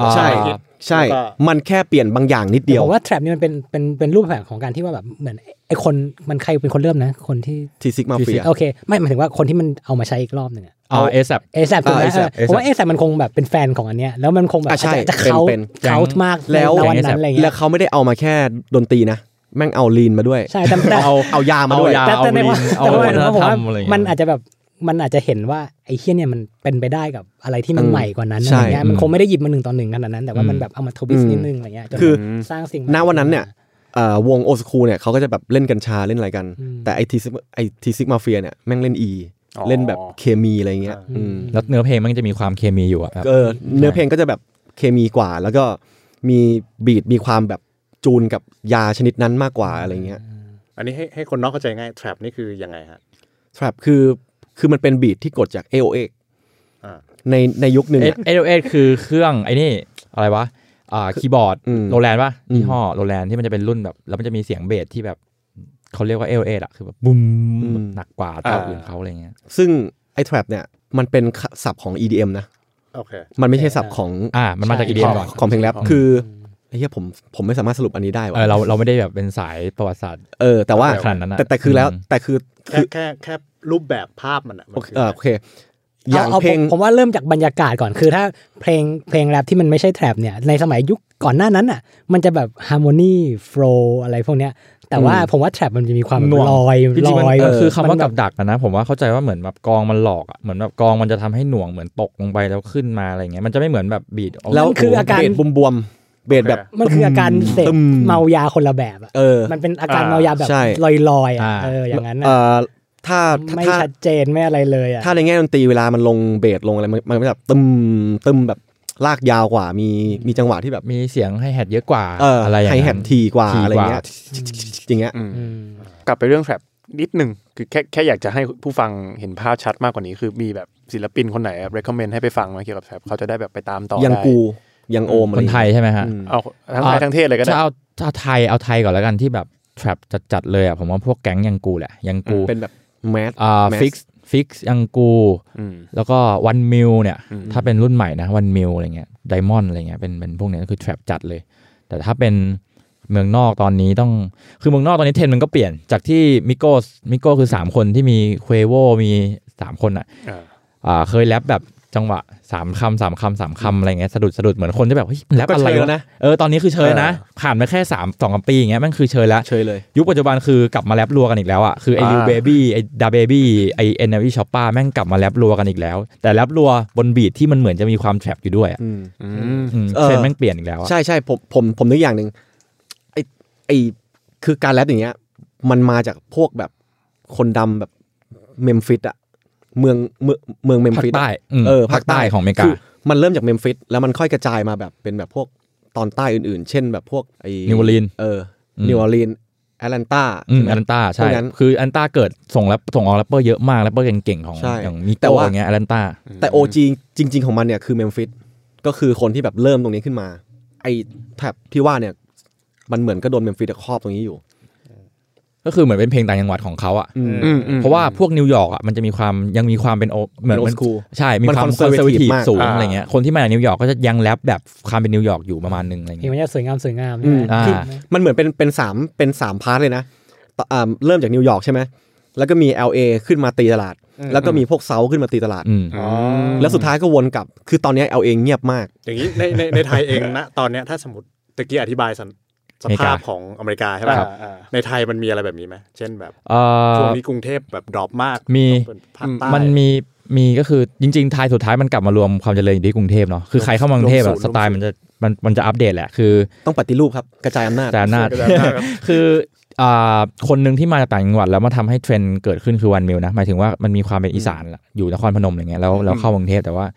E: อ่า
D: ใช่
B: คิด
D: ใช่
B: แล้วก็
D: มันแค่เปลี่ยนบางอย่างนิดเดียว
F: ผมว่าแทร็ปนี่มันเป็นเป็นเป็นรูปแบบของการที่ว่าแบบเหมือนไอคนมันใครเป็นคนเริ่มนะ คนที่
D: ทีซิกมาเฟีย
F: โอเค ไม่หมายถึงว่าคนที่มันเอามาใช้อีกรอบหนึ่งอะ
E: เอาเอซับ
F: เอแซบถูกไหม
D: อ่า ASAP
F: เออผมว่าเอแซบมันคงแบบเป็นแฟนของอันเนี้ยแล้วมันคงแบบ
D: อ่ะใช่
F: อาจจะจะ
D: เป็น
F: เขา
D: เป็น
F: เขามาก
D: แล้ว
F: ในวันนั้
E: แก๊ง ASAP
F: นอะไรเงี้
D: แล้ว
F: ย
D: เขาไม่ได้เอามาแค่ดนตรีนะ แม่งเอาลีนมาด้วย
F: ใช่แต่แต่
D: เอาเอายามา
E: เอา
D: ด้วย
E: ยา
F: แต่
E: เอา
F: แต่ใน
E: ลิ
F: ว่าน
E: เอาวัฒ
F: แต่ว่า
E: น
F: ผม
E: ธรร
F: ว่าม
E: อะไรเงี้ย
F: มันอาจจะแบบมันอาจจะเห็นว่าไอ้เฮี้ยเนี่ยมันเป็นไปได้กับอะไรที่มัน
D: อืม
F: ใหม่กว่านั้น
D: ใช่
F: อะไรเงี้ยมันคงไม่ได้หยิบมาหนึ่งต่อหนึ่งขนาดนั้น แต่ว่ามัน
E: อืม
F: แบบเอามาทวิส
D: อืม
F: นิดนึงอะไรเงี้ยจน
D: คือ
F: สร้างสิ่งใหม่
D: ณวันนั้นเนี่ยเอ่อวงโอสคูเนี่ยเขาก็จะแบบเล่นกัญชาเล่นอะไรกัน
F: อืม
D: แต่ไอทีซิกไอทีซิกมาเฟียเนี่ยแม่งเล่นอี
B: อ๋อ
D: เล่นแบบเคมีอะไรเงี้ยอืม
E: แล้วเนื้อเพลงมันก็จะมีความเคมีอยู่อะแบบ
D: เออเนื้อเพลงก็จะแบบเคมีกว่า แล้วก็มีบีดมีความแบบ จูนกับยาชนิดนั้นมากกว่าอะไรเงี้ย
B: อันนี้ให้ให้คนนอกเข้าใจง่าย trap นี่คือยังไงฮะ
D: ครับคือคือมันเป็นบีทที่กดจาก AOA
B: อ่า
D: ในในยุคหนึ่ง
E: เอ
D: อะ
E: เอเอคือเครื่องไอ้นี่อะไรวะอ่าคีย์บอร์ด
D: อืม
E: โรแลนด์ป่ะ
D: อืม
E: ยี่ห้อโรแลนด์ที่มันจะเป็นรุ่นแบบ แล้วมันจะมีเสียงเบสที่แบบเขาเรียกว่าเอเออะคือแบบบุ้มหนักกว่าเจ้าอื่นเขาอะไรเงี้ย
D: ซึ่งไอ้ trap เนี่ยมันเป็นศัพท์ของ EDM นะ
B: โอเค
D: มันไม่ใช่ศัพท์ของ
E: อ่า มันมาจากอีเดีย
D: ของ
E: ก่อน
D: ของเพลงแรปคือไอ้เหี้ยผมผมไม่สามารถสรุปอันนี้ได้ว่ะ
E: เออเราเราไม่ได้แบบเป็นสายประวัติศาสตร์
D: เออแต่ว่า
E: ขนาดนั้นอะ
D: แต่แต่คือแล้ว
E: อืม
D: แต่คือ
B: แค่
D: คือ
B: แค่แค่รูปแบบภาพมันอะมัน
D: โอเค
B: คือ
D: เออ
B: อะไร
D: โอเค อย่าง
F: เอา
D: เพลง
F: ผมผมว่าเริ่มจากบรรยากาศก่อนคือถ้าเพลงเพลงแรปที่มันไม่ใช่แทร็บเนี่ยในสมัยยุคก่อนหน้านั้นอ่ะ มันจะแบบฮาร์โมนีโฟลอะไรพวกเนี้ย แต่ว่าผมว่าแทร็บมันจะมีความ
E: หน่วง
F: ลอย
E: จ
F: ล
E: ริงๆมัน
F: อย
E: เออคือคำว่า
F: มันแ
E: กับดักอะนะ ผมว่าเข้าใจว่าเหมือนแบบกองมันหลอกอะเหมือนแบบกองมันจะทำให้หน่วงเหมือนตกลงไปแล้วขึ้นมาอะไรเงี้ยมันจะไม่เหมือนแบบบีด
D: แล้ว
F: มันคืออาการ
D: เบสบวมๆเบสแบบ
F: มันคืออาการเสพ
D: ตึม
F: เมายาคนละแบบอ่ะ
D: เออ
F: มันเป็นอาการ
C: อ่า
F: เมายาแบบ
D: ใช่
F: ลอยลอยๆอ่ะ
E: อ่า
F: เอออย่างนั้น
D: เอ่
F: อ่ะ
D: อถ้าถ้า
F: ไม่
D: ถ้า
F: ชัดเจนไม่อะไรเลยอ่ะ
D: ถ้าในแง่ดนตรีเวลามันลงเบสลงอะไรมันมันก็แบบตึมตึมแบบลากยาวกว่ามีมีจังหวะที่แบบ
E: มีเสียงให้แฮดเยอะกว่า
D: เออ
E: อะไรอย่าง
D: ไฮ
E: นั้น
D: แฮททีกว่า
E: ทีกว่า
D: อะไรเงี้ยอย่างเงี้ย
F: อืม
C: กลับไปเรื่องแทร็บนิดหนึ่งคือแค่แค่อยากจะให้ผู้ฟังเห็นภาพชัดมากกว่านี้ คือมีแบบศิลปินคนไหน recommend ให้ไปฟังไหมเกี่ยวกับแทร็บเขาจะได้แบบไปตามต่อ
D: ยัง
C: ได้
D: กู ยังโอมอะ
E: ค
D: ร
E: นไทยใช่ไหมฮะ
D: อืม
C: เอาทั้งไทย
E: อ่า
C: ทั้งเทศเลยก็ได้
E: ถ้าเอาถ้าไทยเอาไทยก่อนแล้วกันที่แบบแทรปจัดๆเลยอ่ะผมว่าพวกแก๊งยังกูแหละยังกู
D: เป็นแบบแมส
E: อ่า
D: Mass
E: ฟิกฟิกยังกู
C: อืม
E: แล้วก็วันมิลเนี่ย
C: อืม
E: ถ้าเป็นรุ่นใหม่นะวันมิลอะไรเงี้ยไดมอนอะไรเงี้ยเป็นเป็นพวกเนี้ยคือแทรปจัดเลย แต่ถ้าเป็นเมืองนอกตอนนี้ต้องคือเมืองนอกตอนนี้เทรนด์มันก็เปลี่ยนจากที่มิโก้มิโก้คือ 3 คนที่มีเควโวมี 3 คนอ่ะ
C: อ่า
E: อ่าเคยแรปแบบจังหวะสามคำสามคำสามคำอะไรเงี้ยสะดุดสะดุดเหมือนคนจะแบบเฮ้ยแรป
D: ก็
E: อะ
D: เชยว
E: ไระ
D: แล้วนะ
E: เออตอนนี้คือเชยนะ
D: เออ
E: ผ่านมาแค่สามสองปีอย่างเงี้ยแมันคือเชยแล้ว
D: เชยเลย
E: ยุคปัจจุบันคือกลับมาแรปรัวกันอีกแล้วอ่ะคือไอ้
C: อ่า
E: ลิวเบบี้ไอ้ดาเบบี้ไอ้เอ็นเอวีช็อปป้าแม่งกลับมาแรปรัวกันอีกแล้ว แต่แรปรัวบนบีทที่มันเหมือนจะมีความแทร็ปอยู่ด้วยอะ
C: อืม
E: อืม
D: เออ
E: เทรนด์แม่งเปลี่ยนอีกแล้วอะ
D: ใช่ใช่ผมผมผมนึกอย่างหนึ่งไอไอคือการแรปอย่างเงี้ย มันมาจากพวกแบบคนดำแบบเมมฟิสอะเมืองเมืองเมืองเมม
E: ภาค
D: ฟิส
E: ใต้ม
D: เออ
E: ภาคใต้ของอเมริกา
D: คืมันเริ่มจากเมมฟิสแล้วมันค่อยกระจายมาแบบเป็นแบบพวกตอนใต้อื่นๆ เช่นแบบพวกไอ
E: นิวออร์ลีน
D: เออ
E: อืม
D: นิวออร์ลีนแอตแลนตา
E: อืมอันต้า
D: พ
E: ใช่
D: วกนั้น
E: คืออันต้าเกิดส่งแรปส่งออกแรปเปอร์เยอะมากแรปเปอร์เก่งๆของ
D: ใช่
E: อย่างมิ
D: แต่
E: โก้
D: ว่า
E: อย่างเงี้ยอันต้า
D: แต่โอจจริง ๆ ของมันเนี่ยคือเมมฟิสก็คือคนที่แบบเริ่มตรงนี้ขึ้นมา ไอ้แถบที่ว่าเนี่ย มันเหมือนก็โดนเมมฟิสครอบตรงนี้อยู่
E: ก็คือเหมือนเป็นเพลงต่างจังหวัดของเขาอ่ะ
D: อืม
C: อืมอืม
E: เพราะว่าพวกนิวยอร์กอ่ะมันจะมีความยังมีความเป็นโอเหมือน
D: เป็น old school
E: ใช่มี
D: มัน
E: ความ
D: conservative
E: conservative
D: มาก
E: สูง
C: อ่า
E: อะไรเงี้ยคนที่มาจากนิวยอร์กก็จะยังแรปแบบความเป็นนิวยอร์กอยู่ประมาณนึงอะไร
F: เพลง
E: เงี้ย
F: มันจะสวยงามสวยงามใช่ไหม
E: อ่า
F: ที่
D: มันเหมือนเป็นเป็นสามเป็นสามพาร์ทเลยนะต่ออ่าเริ่มจากนิวยอร์กใช่ไหมแล้วก็มี LA ขึ้นมาตีตลาด แล้วก็มีพวกเซาขึ้นมาตีตลาด
E: อืม
B: อ๋อ
D: แล้วสุดท้ายก็วนกลับ คือตอนนี้ LA เงียบมาก
B: อย่างนี้ในในในไทยเองนะ ตอนเนี้ยถ้าสมมติตะกี้อธิบายสันสภาพ
E: อเมริกา
B: ของอเมริกาใช่ไหม
C: อ่าอ่า
B: ในไทยมันมีอะไรแบบนี้ไหมเช่นแบบ
E: เอ่
B: ช่ว
E: อง
B: นี้กรุงเทพแบบดรอปมาก
E: มี
B: เป็นภาคใต้
E: มันมีมีก็คือจริงๆไทยสุดท้ายมันกลับมารวมความเจริญอยู่ที่กรุงเทพเนาะคือใครเข้ามากรุงเทพ
B: รวม
E: อะ
B: ศูนย์
E: สไตล์มันจะมันมันจะอัปเดตแหละคือ
D: ต้องปฏิรูปครับ กระจายอำนาจ
E: อาจารย์นาฏ คืออ่าคนหนึ่งที่มาจากต่างจังหวัดแล้วมาทำให้เทรนด์เกิดขึ้นคือวันมิลนะหมายถึงว่ามันมีความเป็นอีสานละอยู่นครพนมอย่างเงี้ยแล้วแล้วเข้ากรุงเทพแต่ว่า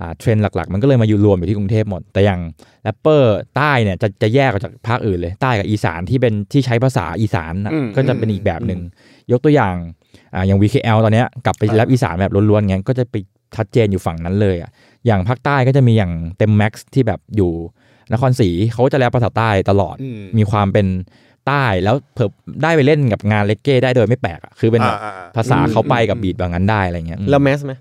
E: อ่าเทรนด์หลักๆ มันก็เลยมาอยู่รวมอยู่ที่กรุงเทพหมด แต่อย่างแรปเปอร์ใต้เนี่ยจะจะแยกออกจากภาคอื่นเลยใต้กับอีสานที่เป็นที่ใช้ภาษาอีสานน่ะ
C: อืม
E: ก็จะเป็นอีกแบบหนึ่งยกตัวอย่างอ่าอย่าง VKL ตอนเนี้ยกลับไปแรปอีสานแบบล้วนๆเงี้ยก็จะไปชัดเจนอยู่ฝั่งนั้นเลยอ่ะอย่างภาคใต้ก็จะมีอย่างเต็มแม็กซ์ที่แบบอยู่นครศรีเขาก็จะแรปภาษาใต้ตลอด
B: อืม
E: มีความเป็นใต้แล้วเพิ่มได้ไปเล่นกับงานเลกเก้ได้โดยไม่แปลกอะคือเป็นแบบ
B: อ่าอ่า
E: ภาษาเขาไปกับบีดบางนั้นได้อะไรเงี้ยอืม
D: แล้วแมสไหม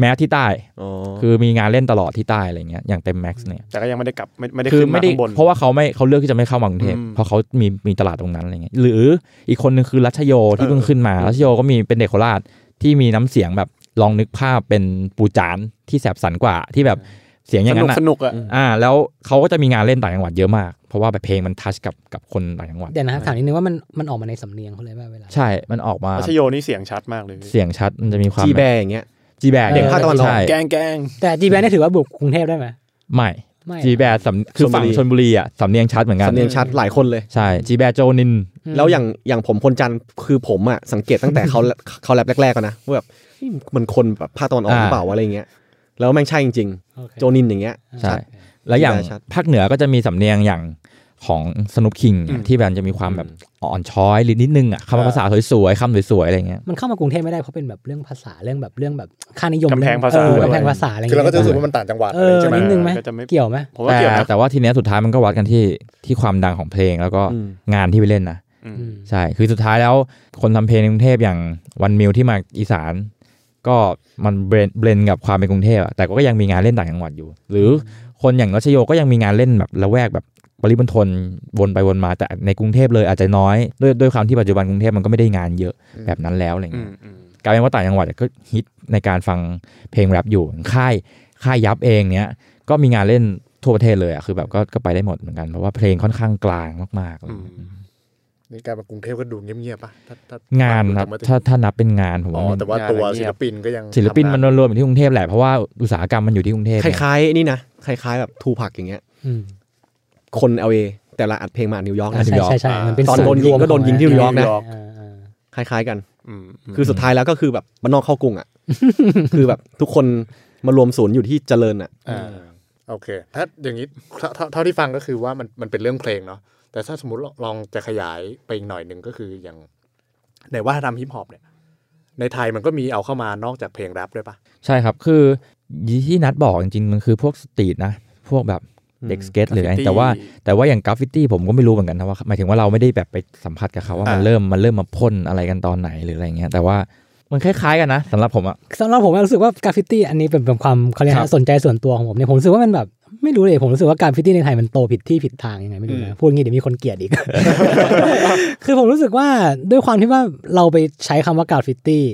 E: แม้ที่ใต้
D: อ๋อ
E: คือมีงานเล่นตลอดที่ใต้อะไรเงี้ยอย่างเต็มแม็กซ์เนี่ย
C: แต่ก็ยังไม่ได้กลับไม่ไม่ได้
E: คือ
C: ขึ้นมา
E: ไม่ได้
C: ข้างบน
E: เพราะว่าเขาไม่เขาเลือกที่จะไม่เข้ามากรุงเทพ
C: อืม
E: เพราะเขามีมีตลาดตรงนั้นอะไรเงี้ยหรืออีกคนหนึ่งคือรัชโยที่เพิ่งขึ้นมารัชโยก็มีเป็นเด็กโคราชที่มีน้ำเสียงแบบลองนึกภาพเป็นปูจานที่แสบสันกว่าที่แบบเสียงอ
C: ส
E: ย่าง
C: นุก
E: นั้นอะ
C: สนุกอ่ะ
E: อ่า แล้วเขาก็จะมีงานเล่นต่างจังหวัดเยอะมาก เพราะว่าแบบเพลงมันทัชกับกับคนต่างจังหวัด
F: เดี๋ยวนะถามนิดนึงว่ามันมันออกมาในสำเนียงเขาเลยป่ะเวลา
E: ใช่ มันออกมา
C: รัชโยนี่เสียงชัดมากเลย
E: เสียงชัด มันจะมีความ
D: จีแบร์อย่างเงี้ย
E: จีแบร์
F: เด็กภาคตะวันออก
E: ใช่
C: แกงแกง
F: แต่จีแบนี่ถือว่าบุกกรุงเทพได้ไหม
E: ไม่
F: ไม่
E: จีแบร์สำคือฝั่ง
D: ชลบุรี
E: ชนบุรีอ่ะ สำเนียงชัดเหมือนกัน
D: สำเนียงชัดหลายคนเลย
E: ใช่จีแบร์โจนิน
D: แล้วอย่างอย่างผมคนจันทร์คือผมอะสังเกต
E: (coughs)
D: ตั้งแต่เขา เขาแรปแรกๆก่อนนะว่าแบบเฮ้ยมันคนแบบภาคตะวันออกห
E: อ่า
D: รือเปล่าวะอะไรเงี้ยแล้วแม่งใช่จริง
F: โอเค
D: ๆ โจนินอย่างเงี้ย
E: ใช่
D: ชัด
E: แล้วอย่าง
D: จีแบร์ชัด
E: ภาคเหนือก็จะมีสำเนียงอย่าง ของสนุปคิงที่แบบจะมีความแบบอ่อนช้อยหรือนิดนึงอ่ะคำภาษาสวยๆคำสวยๆอะไรเงี้ย
F: มันเข้ามากรุงเทพไม่ได้เพราะเป็นแบบเรื่องภาษาเรื่องแบบเรื่องแบบค่านิยม
C: กำแพงภาษา
F: เออกำแพงภาษาอะไร
B: คือเรา
F: เงี้ย
B: ก็จะรู้สึกว่ามันต่างจังหวัด
F: เอ
B: อะไร
F: อ
B: ใช่ไหม
F: นิดนึงไหม
C: ก็จะไม่
F: เกี่ยวไหม
C: ผมว่า
E: แต่
C: เกี่ยวนะ
E: แต่ว่าทีเนี้ยสุดท้ายมันก็วัดกันที่ที่ความดังของเพลงแล้วก็
D: อืม
E: งานที่ไปเล่นนะ
F: อืม
E: ใช่ คือสุดท้ายแล้วคนทำเพลงในกรุงเทพอย่างวันมิวที่มาอีสาน ก็มันเบรนเบรนกับความเป็นกรุงเทพอะแต่ก็ยังมีงานเล่นต่างจังหวัดอยู่ หรือคนอย่างรัชโยก็ยังมีงานเล่นแบบละแวกแบบปริมณฑลวนไปวนมาแต่ในกรุงเทพเลยอาจจะน้อยด้วยด้วยความที่ปัจจุบันกรุงเทพมันก็ไม่ได้งานเยอะแบบนั้นแล้วอะไร
C: อื
E: เงี้
C: ม
E: ย
C: อืม
E: กลายเป็นว่าต่างจังหวัดก็ฮิตในการฟังเพลงแรปอยู่ค่ายค่ายยับเองเนี้ยก็มีงานเล่นทั่วประเทศเลยอ่ะคือแบบก็ก็ไปได้หมดเหมือนกันเพราะว่าเพลงค่อนข้างกลางมากๆอะไร
C: อืม
E: เงี้ย
B: นี่กลายมากรุงเทพก็ดูเงียบๆป่ะถ้ถ้
E: งานครับ
B: ดูจกเมื่อกี้
E: ถ้าถ้านับเป็นงานผม
B: อ๋อ
E: ว่ามัน
B: แต่ว่าตัวศิลปินก็ยัง
E: ศิลปิน
B: ทำ
E: มัน
B: งา
E: รวมอยู่ที่กรุงเทพแหละเพราะว่าอุตสาหกรรมมันอยู่ที่กรุงเทพ
D: คล้ายๆนี่นะคล้ายๆแบบทูพักอย่างเงี้ย
F: อืม
D: คนเอเอแต่ละอัดเพลงมานิวยอร์กนะ
F: ใช่ใช่ใช่มันเป็น
D: ตอนโดนยิงก็โดนยิงที่นิวยอร์กนะ
F: อ่าอ่า
D: คล้ายๆกัน
C: อืมอืม
D: คือสุดท้ายแล้วก็คือแบบบ้านนอกเข้ากรุง
F: (laughs)
D: อ่ะ คือแบบทุกคนมารวมศูนย์อยู่ที่เจริญอ่ะ
B: อ่าโอเค ถ้าอย่างนี้เท่าเท่าเท่าที่ฟังก็คือว่ามันมันเป็นเรื่องเพลงเนาะแต่ถ้าสมมติลองลองจะขยายไปอีกหน่อยหนึ่งก็คืออย่างในวัฒนธรรมฮิปฮอปเนี่ย ในไทยมันก็มีเอาเข้ามานอกจากเพลงแรปด้วยปะ
E: ใช่ครับคือที่นัดบอกจริงๆมันคือพวกสตรีทนะพวกแบบเด็กสเก็ตหรืออะไรแต่ว่า แต่ว่าอย่างกราฟฟิตี้ผมก็ไม่รู้เหมือนกันนะว่าหมายถึงว่าเราไม่ได้แบบไปสัมผัสกับเขาว่ามันเริ่มมันเริ่มมาพ่นอะไรกันตอนไหนหรืออะไรเงี้ยแต่ว่ามันคล้ายๆกันนะสำหรับผมอะ
F: สำหรับผมอะรู้สึกว่ากราฟฟิตี้อันนี้เป็นเป็นความเขาเรียก
E: ครั
F: นะ
E: บ
F: สนใจส่วนตัวของผมเนี่ยผมรู้สึกว่ามันแบบไม่รู้เลยผมรู้สึกว่ากราฟฟิตี้ในไทยมันโตผิดที่ผิดทางยังไงไม่รู้นะพูดงี้เดี๋ยวมีคนเกลี
B: (laughs)
F: ยดอีก คือผมรู้สึกว่าด้วยความที่ว่าเราไปใช้คำว่ากราฟฟิตี้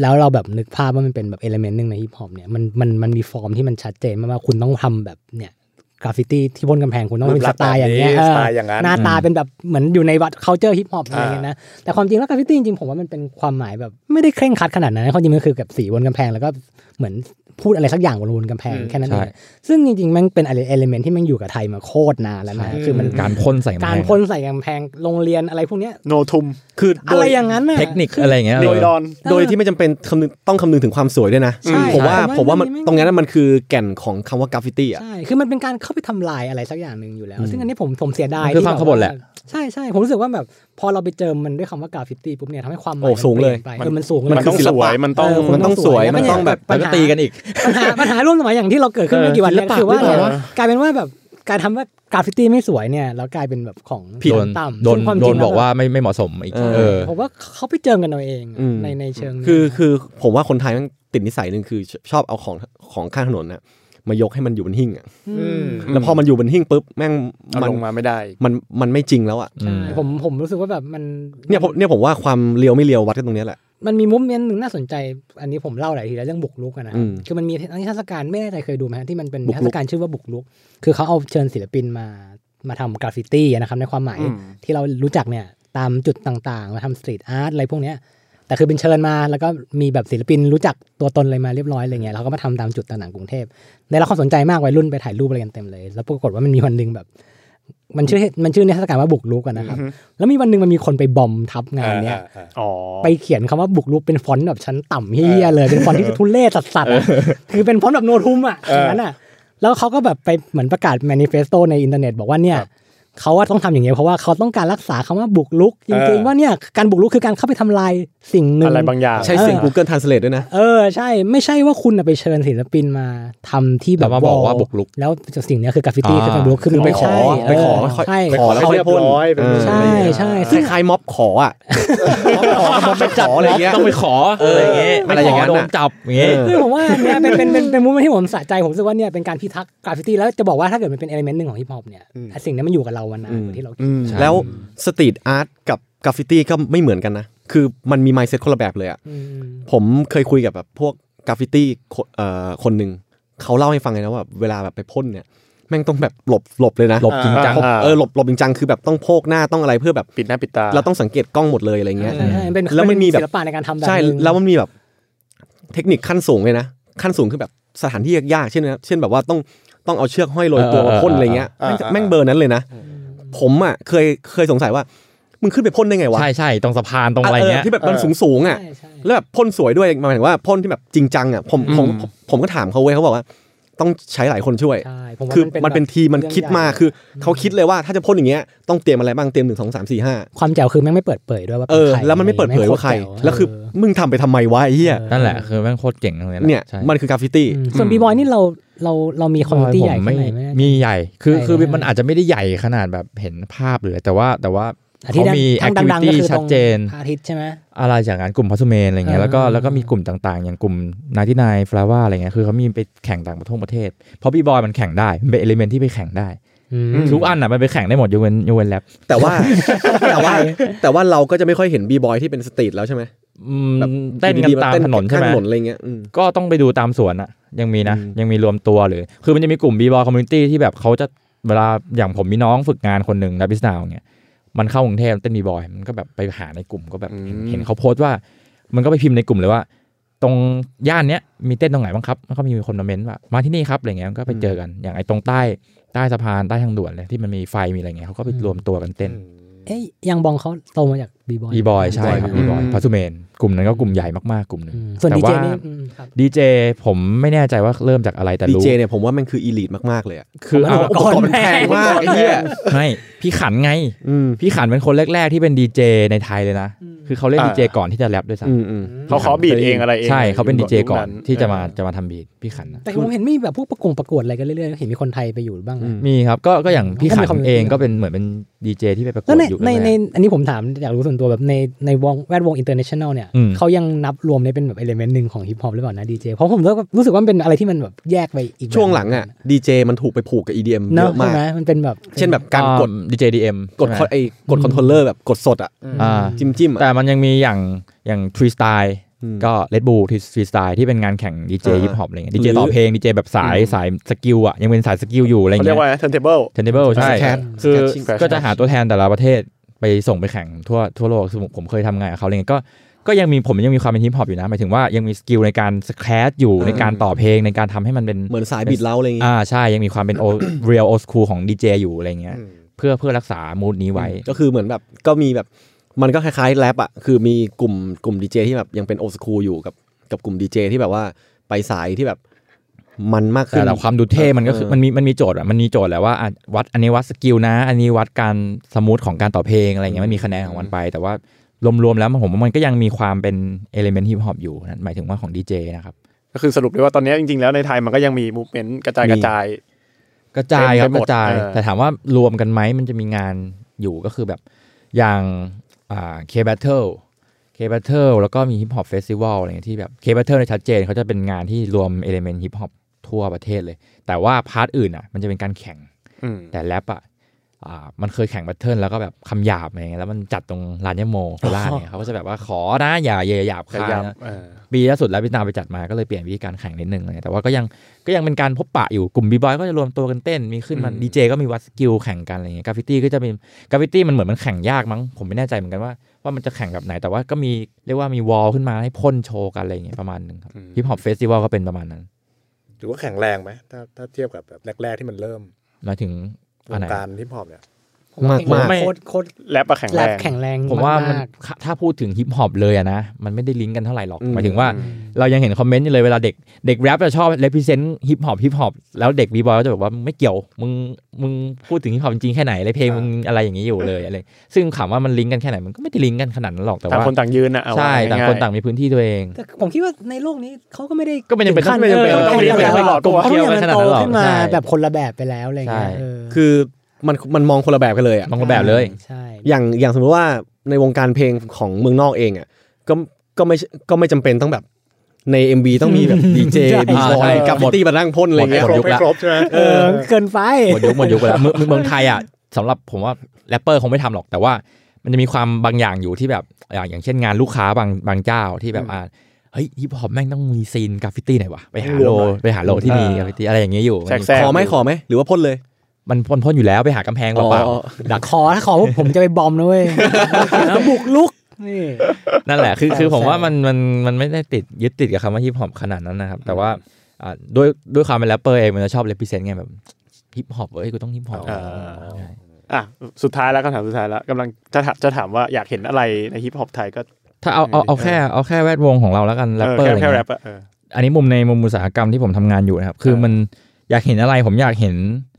F: แล้วเราแบบนึกภาพว่ามันเป็นแบบเอลเมนต์หนึ่งในฮิปฮอปเนี่ยมันมันมันมีฟอร์มที่มันชัดเจนมากว่าคุณต้องทำแบบเนี่ยกราฟฟิตี้ที่บนกำแพงคุณต้องเป็นสไตล์อย่างเงี้ย
B: รูปลักษณ์แบบนี้ส
F: เออ
B: ไตล์อย่างนั้น
F: หน้าตาเป็นแบบเหมือนอยู่ในวัด culture hip hop อะไร
B: อ่า
F: เงี้ยนะ แต่ความจริงแล้วกราฟฟิตี้จริงๆผมว่ามันเป็นความหมายแบบไม่ได้เคร่งครัดขนาดนั้นนะความจริงมันคือแบบสีบนกำแพงแล้วก็เหมือนพูดอะไรสักอย่างบนบนกำแพงแค่นั้นเอ
E: ใช่
F: งซึ่งจริงๆแมันเป็นอะไรเอลิเมนที่แมันอยู่กับไทยมาโคตรนานแล้วนะคือมัน
E: การพ่นใส่กำแพง
F: การพ่นใส่กำแพงโรงเรียนอะไรพวกเนี้ย
C: โนทุม
D: คือ
F: อะ
D: โด
F: ไร
D: ย
F: อย่างนั้นน่ะ
E: เทคนิคอะไรเงี้ย
C: โดยดอน
D: โดยที่ไม่จำเป็นคำนึงต้องคำนึงถึงความสวยด้วยนะ
F: ใช่
D: ผมว่า
F: ใช่
D: ผมว่ามัน
F: ไม่ไม่
D: ตรงนั้นนะมันคือแก่นของคำว่ากราฟฟิตี้อ่ะ
F: ใช่คือมันเป็นการเข้าไปทำลายอะไรสักอย่างหนึ่งอยู่แล้ว ซึ่งอันนี้ผมผมเสียดาย
E: มันคือ
F: ที่
E: ความขบฏแหละ
F: ใช่ใช่ผมรู้สึกว่าแบบพอเราไปเจอมันด้วยคำว่ากราฟฟิตี้ปุ๊บเนี่ยทำให้ความหมาย
D: โอ้สูงเลย
F: ปนไปออมันสูงเลย
C: มันต้องสวยมันต้อง
F: เออคุณ
D: มันต้องสวย
F: ต้องสวย
D: มันต้องแบบ
F: ปั
E: แล้
F: ญ
E: วก็
F: หา
E: ตีกันอีก
F: ปัญหาปัญหาร่วมสมัยอย่างที่เราเกิดขึ้น
E: เออ
F: ไม่กี่วันเนี้
E: ศิลปะ
F: คือว่า
E: หรือเปล่าวะ
F: กลายเป็นว่าแบบการทำว่ากราฟฟิตี้ไม่สวยเนี่ยแล้วกลายเป็นแบบของ
E: โดน
F: ต่ำ
E: โดน
F: ซึ่งคม
E: โด
F: จริ
E: น
F: ง
E: บอกว่าไม่ไม่เหมาะสมอีก
D: เออ
E: เออ
F: ผมว่าเขาไปเจอกันเอาเอง
D: อืม
F: ในในเชิงนี้
D: คือคือผมว่าคนไทยมันติดนิสัยหนึ่งคือชอบเอาของของข้างถนนน่ะมายกให้มันอยู่บนหิ้งอ่ะ
F: ม
D: แล้วพอมันอยู่บนหิ้งปุ๊บแม่ง
C: เอา
D: มัน
C: ลงมาไม่ได้
D: มันมันไม่จริงแล้วอ่ะ
E: อืม
F: ใช่ผมผมรู้สึกว่าแบบมัน
D: เนี่ยผมเนี่ยผมว่าความเลียวไม่เลียววัดกันตรงเนี้ยแหละ
F: มันมีมุมเมนต์หนึ่งน่าสนใจ อันนี้ผมเล่าหลายทีแล้วเรื่องบุกลุกอะนะ
D: อืม
F: คือมันมีนิทรรศการไม่แน่ใจเคยดูไหมฮะที่มันเป็น
D: บุ
F: นิ
D: ก
F: ท
D: รุก
F: รรศการชื่อว่าบุกลุก คือเขาเอาเชิญศิลปินมามาทำกราฟฟิตี้อะนะครับในความหมาย
C: อืม
F: ที่เรารู้จักเนี่ยตามจุดต่างๆ มาทำสตรีทอาร์ตอะไรพวกเนี้ยแต่คือเป็นเชิญมาแล้วก็มีแบบศิลปินรู้จักตัวตนอะไรมาเรียบร้อยอะไรเงี้ยแล้วเขาก็มาทำตามจุดต่างๆกรุงเทพได้รับความสนใจมากวัยรุ่นไปถ่ายรูปอะไรกันเต็มเลย แล้วปรากฏว่ามันมีวันหนึ่งแบบ มันชื่อมันชื่อนิทรรศการว่าบุกลุกอะนะครับแล้วมีวันหนึ่งมันมีคนไปบอมทับงานเนี้ย
B: อ่าอ่า
C: อ๋อ
F: ไปเขียนคำว่าบุกรุกเป็นฟอนต์แบบชั้นต่ำเฮียเลย เป็นฟอนต์ที่ทุเล่สัสสัสคือเป็นฟอนต์แบบโนทุมอ่ะอย่างนั้นอ่ะแล้วเขาก็แบบไปเหมือนประกาศแมนิเฟสโตในอินเทอร์เน็ตบอกว่าเนี่ยเขาว่าต้องทำอย่างเงี้ยเพราะว่าเขาต้องการรักษาคำว่าบุกลุกจ
B: เอ
F: ริง
B: อ
F: ๆว่าเนี่ยการบุกลุกคือการเข้าไปทำลายสิ่งหนึ่ง
C: อะไรบางอย่าง
D: ใช้เสียง
F: เออ
D: Google Translate ด้วยนะ
F: เออใช่ ไม่ใช่ว่าคุณน่ะไปเชิญศิลปินมาทำที่แบบ
E: แล้วมาบอกว่า
F: ล
E: บุกรุก
F: แล้วสิ่งเนี้ยคือกราฟฟิตี้
E: อ่า
F: คือการบุกรุกคือ
D: คือไปขอ
F: ม่ใช่
D: ไปขอค่อยขอ
F: เใช่
D: แล้วเขาให้พ่น
B: เรียบร้อยเป็น
D: เออ
F: ใช่ใช่
D: ค
F: ซึ่ง
D: ล้ายๆม็อบขออ่ะม็อบขอม็อบไปขออะไรเงี้ย
E: ต้องไปขออะไรเงี้ย
D: อะไรอย่างเงี้ย
E: โด
D: น่ะ
E: นจับอย่างเงี้ย
F: คือผมว่าอันเนี่ยเป็นเป็นเป็นเป็นมุมที่ผมสะใจผมรู้สึกว่าเนี่ยเป็นการพิทักษ์กราฟฟิตี้แล้วจะบอกว่าถ้าเกิดมันเป็นเอลิเมนต์หนึ่งของฮิปฮอปเนี่ยสิ่งนี้มันอยู่กับเรามานานเหมือนที่เราคิด
E: ใช่
D: แล้วสตรีทอาร์ตกับกราฟฟิตี้ก็ไม่เหมือนกันนะ คือมันมีไมเซ็ตคนละแบบเลยอ่ะ
F: อืม
D: ผมเคยคุยกับแบบพวกกราฟฟิตี้คนเอ่อคนหนึ่งเขาเล่าให้ฟังเลยนะว่าแบบเวลาแบบไปพ่นเนี่ย แม่งต้องแบบหลบหลบเลยนะ
E: หลบจริงจัง
D: หลบเออหลบหลบจริงจังคือแบบต้องโพกหน้าต้องอะไรเพื่อแบบ
C: ปิดหน้าปิดตา
D: เราต้องสังเกตกล้องหมดเลยอะไรเงี้ย
F: ใช่ใช่เป็น
D: แล้วมันมีแบบ
F: ศิลปะในการทำแบบ
D: ใช่
F: หนึ่ง
D: แล้วมันมีแบบเทคนิคขั้นสูงเลยนะ ขั้นสูงคือแบบสถานที่ยากๆเช่นนะเช่นแบบว่าต้องต้องเอาเชือกห้อยโรยตัวมาพ่นอะไรเงี้ย
B: เออเออเออ
D: แม่งเบอร์นั้นเลยนะ ผมอ่ะเคยเคยสงสัยว่า มึงขึ้นไปพ่นได้ไงวะ
E: ใช่ใช่ตรงสะพานตรงอะไรเงี้ย
D: ที่แบบมันสูงสูงๆอ่ะ
F: ใช่ใช่
D: แล้วแบบพ่นสวยด้วยหมายถึงว่าพ่นที่แบบจริงจังอ่ะผมผมผมก็ถามเขาเว้ยเขาบอกว่า ต้องใช้หลายคนช่วย
F: ใช่ผมว่า
D: คือ
F: มั
D: มัน น
F: เป็
D: เป็นน
F: แบบ
D: ทีมมันคิดมา
F: เรื่องใหญ่อะ
D: คือเขาคิดเลยว่าถ้าจะพ่นอย่างเงี้ยต้องเตรียมอะไรบ้างเตรียมหนึ่งสองสามสี่ห้า
F: ความแจ๋วคือแม่งไม่เปิดเผยด้วยว่า
D: เอ
F: ป็
D: อ
F: นใคร
D: แล้วมันไม่เปิดเผยว่าใคร
F: ม่โตจ๋
D: แล้วคือ มึงทำไปทำไมวะไอ้เหี้ย
E: นั่นแหละคือแม่งโคตรเก่งตรงนี้แหละ
D: เนี่ย
E: ใช่
D: มันคือกราฟฟิตี้
F: อืมส่วนบีบอยนี่เราเราเรามีคอมมูนิตี้ใหญ่
E: ผม
F: แค่ไหนไหม
E: มีใหญ่ คือ
F: ใหญ่
E: คือ
F: มาก
E: มันอาจจะไม่ได้ใหญ่ขนาดแบบเห็นภาพหรือแต่ว่าแต่ว่า
F: ะ
E: เขามีแอ
F: ทา
E: ค
F: ง
E: ทิวิ
F: ดังๆก็
E: ตี้
F: คือตรง
E: ชัดเจน
F: พระอาทิตย์ใช่ไหม
E: อะไรอย่างนั้นกลุ่มพัสเมนอะไรเงี้ย
F: อ่า
E: แล้วก็แล้วก็มีกลุ่มต่างๆ อย่างกลุ่มนายที่นายฟลาว่าอะไรเงี้ยคือเขามีไปแข่งต่างประเทศประเทศเพราะบีบอยมันแข่งได้มันเป็นเอลิเมนที่ไปแข่งได้
F: อืม
E: ทุกอันอ่ะมันไปแข่งได้หมดยกเว้นยกเว้นแรป
D: แต่ว่า แต่ว่าแต่ว่าเราก็จะไม่ค่อยเห็นบีบอยที่เป็นสตรีทแล้วใช่ไหม
E: อืม
D: แบบ
E: เต้นกัน
D: อยู่ดีๆ
E: ตาม
D: เ
E: ถนนใช่ไหม
D: ข้างถนนอะไรเงี้ยอืม
E: ก็ต้องไปดูตามสวนอ่ะยังมีนะ
D: อืม
E: ยังมีรวมตัวหรือ คือมันจะมีกลุ่มบีบอยคอมมูนิตี้ที่แบบเขาจะเวลาอย่างผมมีน้องฝึกงานคนหนึ่งรับบิสนาวเนี่ยมันเข้ากรุงเทพเต้นบีบอยมันก็แบบไปหาในกลุ่มก็แบบเห็น
C: อืม
E: เห็นเขาโพสต์ว่า มันก็ไปพิมพ์ในกลุ่มเลยว่า ตรงย่านเนี้ยมีเต้นตรงไหนบ้างครับมันก็มีคนมาเม้นว่ามาที่นี่ครับอะไรเงี้ยมันก็ไปเจอกันอย่างไอ้ตรงใต้ใต้สะพานใต้ทางด่วนเลยที่มันมีไฟมีอะไรเงี้ยเขาก็ไป
F: อืม
E: รวมตัวกันเต้น
F: เอ้ยยังบองเขาโตมาจากบีบอย
E: อีบอยใช่ครับ
C: อื
E: อี
C: ม
E: บอยพัสุเมนกลุ่มนั้นก็กลุ่มใหญ่มากๆกลุ่มหนึ่ง
F: อืมส่วน
E: แต่
F: ดีเจ
E: ว่า
F: นี่อืมครับ
E: ดีเจผมไม่แน่ใจว่าเริ่มจากอะไรแต่
D: ดี
E: รู้
D: เจเนี่ยผมว่ามันคืออีลีทมากๆเลยอะ
E: คือเอา
D: อุปกรณ์มันแพงมากไอ้เหี้ย
E: ไม่พี่ขันไง
D: อืม
E: พี่ขันเป็นคนแรก ๆ ที่เป็นดีเจในไทยเลยนะ คือเขาเล่น
C: อ่า
E: ดีเจก่อนที่จะแรปด้วย
D: อื
E: ซ้ำ
D: มอืม
C: เขาขอบีดเองอะไรเอง
E: ใช่เขาเป็นดีเจก่อน
C: ยุค
E: ที่จะมาจะมาทำบีทพี่ขันนะ
F: แต่ผมเห็นมีแบบพวกประกงประกวดอะไรกันเรื่อยๆเห็นมีคนไทยไปอยู่บ้างนะ
D: อืม
E: มีครับก็ก็อย่างพี่
F: ก็มี
E: ขัน
F: ความ
E: เอง
F: เป็น
E: ก็เป็นเหมือนเป็นดีเจที่ไปประกวด
F: แล้วใน
E: อยู่
F: ในใน
E: แรก
F: อันนี้ผมถามอยากรู้ส่วนตัวแบบในในวงแวดวงอินเตอร์เนชั่นแนลเนี่ย
E: อืม
F: เขายังนับรวมได้เป็นแบบเอลเมนต์หนึ่งของฮิปฮอปหรือเปล่านะดีเจเพราะผมรู้สึกว่ามันเป็นอะไรที่มันแบบแยกไปอีกแบบ
D: ช่วงหลังอ่ะดีเจมันถูกไปผูกกับ EDM เย
F: เนาะ
D: อะ
F: ใช่
D: มาก
F: ไหมมันเป็นแบบ
D: เช่นแบบ
E: ๆ
D: การกด
E: ดีเจดีเอ็ม
D: กดคอนไอกดคอนโทรลเลอร์แบบกดสดอ่ะ
E: อ่า
D: จิ้มจิ้มๆ
E: แต่
D: อ่ะ
E: มันยังมีอย่างอย่างทรีสไตล์
D: อืม
E: ก็เลดบูทรีสไตล์ที่เป็นงานแข่งดีเจ
D: อ่า
E: ฮิปฮอปอะไรเงี้ย
D: หรื
E: ดี
D: อ
E: เจต่อเพลงดีเจแบบสาย
D: อืม
E: สายสกิลอ่ะยังเป็นสายสกิลอยู่อะไร
C: เขาเรีย
E: เงี้
C: ก
E: ย
C: ว่าเทิร์นเทเบิล
E: เทนเดเบิลใช่
D: แคท
E: คือ
D: แคท
E: ก็จะหาตัวแทนแต่ละประเทศไปส่งไปแข่งทั่วทั่วโลกสมมุติผมเคยทำงานกับเขาอะไรเงี้ยก็ก็ยังมีผมยังมีความเป็นฮิปฮอปอยู่นะหมายถึงว่ายังมีสกิลในการสแครชอยู่ในการต่อเพลงในการทำให้มันเป็น
D: เหมือนสายบิดเล้าอะไรอย่างงี้
E: อ่าใช่ยังมีความเป็น old- real old school ของดีเจอยู่อะไรเงี้ย เพื่อเพื่อรักษามูดนี้ไว้
D: ก็คือเหมือนแบบก็มีแบบมันก็คล้ายๆแรปอ่ะคือมีกลุ่มกลุ่มดีเจที่แบบยังเป็นโอสคูลอยู่กับกับกลุ่มดีเจที่แบบว่าไปสายที่แบบมันมากขึ้
E: แต่
D: น
E: แต่ความดูเท่มันก็คือ
D: เออ
E: มันมีมันมีโจทย์อ่ะมันมีโจทย์แหละว่าอ่ะวัดอันนี้วัดสกิลนะ อันนี้วัดการสมูทของการต่อเพลงอะไรเงี้ยมันมีคะแนนของมันไป แต่ว่ารวมๆแล้วมันผมว่ามันก็ยังมีความเป็นเอลิเมนต์ฮิปฮอปอยู่นั่นหมายถึงว่าของดีเจนะครับ
C: ก็คือสรุปได้ว่าตอนนี้จริงๆ แล้วในไทยมันก็ยังมีมูฟเมนต์กระจาย
D: มี
C: กระจาย
E: กระจายครับ
C: เต็มไปหม
E: ก
C: ด
E: ระจาย
C: เออ
E: แต่ถามว่ารวมกันไหมมันจะมีงานอยู่ก็คือแบบอย่างเคบัตเทิลเคบัตเทิลแล้วก็มีฮิปฮอปเฟสติวัลอะไรเงี้ยที่แบบเคบัตเทิลเนี่ยชัดเจนเขาจะเป็นงานที่รวมเอลเมนต์ฮิปฮอปทั่วประเทศเลย แต่ว่าพาร์ทอื่นอ่ะมันจะเป็นการแข่ง
C: อืม
E: แต่แรปอ่ะอ่ามันเคยแข่งบัตเทิลแล้วก็แบบคำหยาบอะไรเงี้ยแล้วมันจัดตรงลานยะโมโคราชเนี่ยเขาก็จะแบบว่าขอนะอย่าอย่าหยาบ
C: พยา
E: คาย
C: ยาม
E: นะ
C: เออ
E: ปีล่าสุดแล้วพี่นาไปจัดมาก็เลยเปลี่ยนวิธีการแข่งนิดนึงอะไรเงี้ยแต่ว่าก็ยังก็ยังเป็นการพบปะอยู่กลุ่มบีบอยก็จะรวมตัวกันเต้นมีขึ้นมา
C: อืม
E: ดีเจก็มีวัดสกิลแข่งกันอะไรเงี้ยกราฟฟิตี้ก็จะเป็นกราฟฟิตี้มันเหมือนมันแข่งยากมั้งผมไม่แน่ใจเหมือนกันว่าว่ามันจะแข่งแบบไหนแต่ว่าก็มีเรียกว่ามีวอลขึ้นมาให้พ่นโชว์กันอะไรเงี้ยประมาณนึงครับฮิปฮอปเฟสติวัลก็เป็นประมาณนั้น
B: ถือว่าแข็งแรงไหมถ้าถ้าเทียบกับแบบแรก ๆที่มันเริ่ม
E: หมายถึง
B: ว
E: อั
B: ง
E: นไหน
B: การฮิปฮอปเนี่ย
D: มาก
F: ผมว่
D: มาก
F: โคตรโคตร
C: แรปอะแข็ง
F: แล
C: แร
F: บ
C: ง
F: แข็งแรง
E: ผมว่ามัน
F: ก
E: ถ้าพูดถึงฮิปฮอปเลยอะนะมันไม่ได้ลิงก์กันเท่าไหร่หรอก
D: อืม
E: หมายถึงว่าเรายังเห็นคอมเมนต์อยู่เลยเวลาเด็กเด็กแรปจะชอบเลพิเซนต์ฮิปฮอปฮิปฮอปแล้วเด็กบีบอยก็จะบอกว่าไม่เกี่ยวมึงมึงพูดถึงฮิปฮอปจริงๆแค่ไหนเลยเพลงมึงอะไรอย่างนี้อยู่เลยอะไรซึ่งถามว่ามันลิงก์กันแค่ไหนมันก็ไม่ได้ลิงก์กันขนาดนั้นหรอกแต่
C: ต่าง
E: ว่า
C: คนต่างยืนนะเอา
E: ใช่
C: ว่
E: ต่างคนต่างมีพื้นที่ตัวเอง
F: ๆแต่ผมคิดว่าในโลกนี้เขาก็ไม่ได้
E: ก็ไม่จำเป็น
F: ถึงขั้
E: ไม่จำเป็น
F: ออ
E: ต้อง รียก
C: เรียน
E: ไป
C: ตลอด
E: ก
C: ตั
E: ม
C: ว
F: เพราะทุกอ
E: เคี่ยว
F: ย่าง
E: ไว้
F: มัน
E: ขนาด
F: โต
E: นั้นหรอก
F: ขึ้นมา
E: ใช่
F: แบบคนละแบบไปแล้วอะไรอย่างเงี้ย
E: ใช่
F: เออ
D: คือมันมันมองคนละแบบกันเลยอ่ะ
E: มองแบบเลย
F: ใช่
D: อย่างอย่างสมมติว่าในวงการเพลงของเมืองนอกเองอ่ะก็ก็ไม่ใช่ก็ไม่จำเป็นต้องแบบใน MV ต้องมีแบบ ดีเจ
F: ใช่
D: บีบอ
E: ใช่
D: ยกับ
E: หมด
D: ตี้มานั่งพ่นอะไร
E: หมด
D: เงี้ย
B: ครบไม่ครบใช่ไหม
F: เออเกินไป
E: หมดยุคหมดยุคไปแล้วเมืองเมืองเมืองไทยอ่ะสำหรับผมว่าแรปเปอร์คงไม่ทำหรอกแต่ว่ามันจะมีความบางอย่างอยู่ที่แบบอย่างอย่างเช่นงานลูกค้าบางบางเจ้าที่แบบอ่าเฮ้ยฮิปฮอปแม่งต้องมีซีนกราฟฟิตี้หน่อยวะไปหาโลไปหาโลที่มี
C: อ่าก
E: ราฟฟิตี้อะไรอย่างเงี้ยอยู่
C: แทรกแทรก
D: ขอไหมขอไหมหรือว่าพ่นเลย
E: มันพ่นพ่นอยู่แล้วไปหากำแพงเปล่า
D: อ๋อ
E: ๆดัก
F: ขอถ้าขอพวกผม (laughs) จะไปบอมนะเว้ยบุกลุกนี่
E: นั่นแหละคือคือ
F: แซว
E: ผมว่า
F: แซว
E: มันมันมันไม่ได้ติดยึดติดกับคำว่าฮิปฮอปขนาดนั้นนะครับแต่ว่าอ่าด้วยด้วยความเป็นแรปเปอร์เองมันจะชอบเลพิเซนต์ไงแบบฮิปฮอปเอ้ยกูต้องฮิปฮอป
C: อ่า อ่ะสุดท้ายแล้วคำถามสุดท้ายแล้วกำลังจะถามจะถามว่าอยากเห็นอะไรในฮิปฮอปไทยก็
E: ถ้าเอาเอาเอาแค่เอาแค่แวดวงของเราแล้วกันแรป
C: เออ
E: เปอร์
C: แค่
E: อะ
C: แค่
E: ไรเงี้ย
C: แรปอะเออ
E: อันนี้มุมในมุมอุตสาหกรรมที่ผมทำงานอยู่นะครับ คือ
C: เออ
E: มัน อยากเห็นอะไรผมอยากเห็น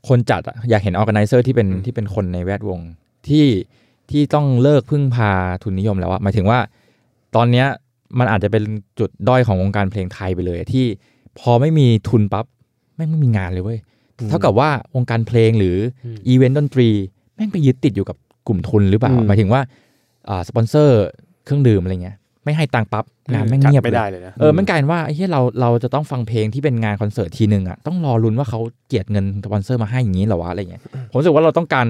E: คนจัดอะอยากเห็นออแกไนเซอร์ที่เป็นที่เป็นคนในแวดวงที่ที่ต้องเลิกพึ่งพาทุนนิยมแล้วอะหมายถึงว่าตอนเนี้ยมันอาจจะเป็นจุดด้อยของวงการเพลงไทยไปเลย ที่พอไม่มีทุนปั๊บแม่งไม่มีงานเลยเว้ยเท่ากับว่าวงการเพลงหรืออ
F: ม
E: อีเวนต์ดนตรี แม่งไปยึดติดอยู่กับกลุ่มทุนหรือเปล่า
D: อืม
E: หมายถึงว่าอ่าสปอนเซอร์เครื่องดื่มอะไรเงี้ยไม่ให้ตังค์ปั๊บงานแม่ง
C: จัด
E: เงียบ
C: ไม่
E: เลย
C: ได้เลยนะ
E: เออ มันกลายเป็นว่าไอ้เหี้ยเรา เราจะต้องฟังเพลงที่เป็นงานคอนเสิร์ตทีหนึ่งอ่ะ ต้องรอลุ้นว่าเขาเจียดเงินสปอนเซอร์มาให้อย่างนี้เหรอวะอะไรเงี้ย ผมรู้สึกว่าเราต้องการ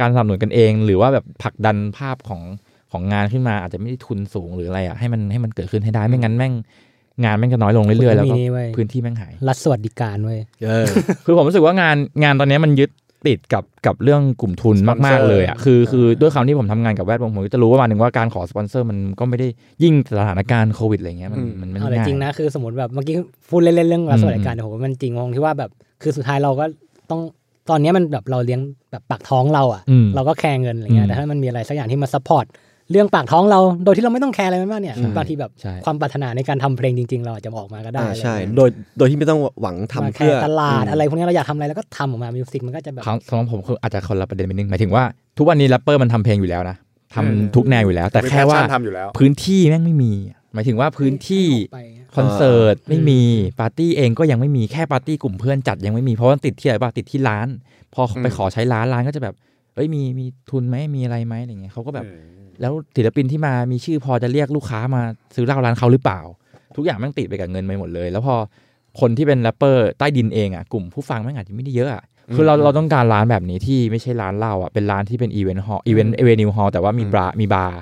E: การสนับสนุนกันเอง หรือว่าแบบผลักดันภาพของของงานขึ้นมาอาจจะไม่ได้ทุนสูงหรืออะไรอ่ะ ให้มันให้มันเกิดขึ้นให้ได้ ไม่งั้นแม่งงานแม่งจะน้อยลงเรื่อยๆ แล้วก็
F: มีนี่เว้ย
E: พื้นที่แม่งหาย (laughs)
F: รัฐสวัสดิการเว้ย
E: คือผมรู้สึกว่างานงานตอนนี้มันยึดติดกับกับเรื่องกลุ่มทุน
C: Sponsor
E: มาก ๆ เลยอ่ะคือคือด้วยความที่ผมทำงานกับแวดวงผมก็จะรู้ว่าวันหนึ่งว่าการขอสปอนเซอร์มันก็ไม่ได้ยิ่งสถานการณ์โควิดอะไรเงี้ยมัน
C: อืม
E: มันไม่
F: เอาแต่
E: ง่าย
F: จริงนะคือสมมติแบบเมื่อกี้พูดเล่นๆเรื่องรัฐ
E: อืม
F: สวัสดิการแต่ผมว่ามันจริงตรงที่ว่าแบบคือสุดท้ายเราก็ต้องตอนเนี้ยมันแบบเราเลี้ยงแบบปากท้องเราอ่ะ
E: อืม
F: เราก็แคร์เงินอะไรเงี้
E: อืม
F: ยแต่ถ้ามันมีอะไรสักอย่างที่มาซัพพอร์ตเรื่องปากท้องเราโดยที่เราไม่ต้องแคร์อะไรมันมากเนี่ย
E: ใช่
F: บางทีแบบ
E: ใช่
F: ความปรารถนาในการทำเพลงจริง ๆ เราอาจจะออกมาก็ได้
D: อ่าใช่
F: อะไรเงี้ย
D: โดยโดยที่ไม่ต้องหวังทำ
F: มาแค
D: เพื่อ
F: ร์ตลาด
D: ม
F: อะไรพวกเนี้ยเราอยากทำอะไรแล้วก็ทำออกมามิวสิกมันก็จะแบบ
E: ของของผมคืออาจจะคนละประเด็นไปนิดนึงหมายถึงว่าทุกวันนี้แรปเปอร์มันทำเพลงอยู่แล้วนะทำ
C: อืม
E: ทุกแนวอยู่แล้ว แต่
B: มี
E: แค่
B: พ
E: ว่า
B: ชชั่นทำอยู่แล้ว
E: พื้นที่แม่งไม่มี หมายถึงว่าพื้นที่
F: ไม่ให้ออกไปอะ
E: คอนเสิร์ตไม่มีปาร์ตี้เองก็ยังไม่มีแค่ปาร์ตี้กลุ่มเพื่อนจัดยังไม่มีเพราะว่าติดที่อะไรบ้างติดที่ร้าน พอไป
C: อืม
E: ขอใช้ร้านร้านก็จะแบบเอ้ยมีมีทุนไหมมีอะไรไหมอะไรเงี้ยเขาก็แบบ
B: อืม
E: แล้วศิลปินที่มามีชื่อพอจะเรียกลูกค้ามาซื้อเหล้าร้านเขาหรือเปล่า ทุกอย่างแม่งติดไปกับเงินไปหมดเลย แล้วพอคนที่เป็นแรปเปอร์ใต้ดินเองอ่ะกลุ่มผู้ฟังแม่งอาจจะไม่ได้เยอะอ่ะคือเราเราต้องการร้านแบบนี้ที่ไม่ใช่ร้านเหล้าอ่ะเป็นร้านที่เป็นอีเวนต์ฮอลอีเวนต์เอเวนิวฮอลแต่ว่ามีบาร์มีบาร์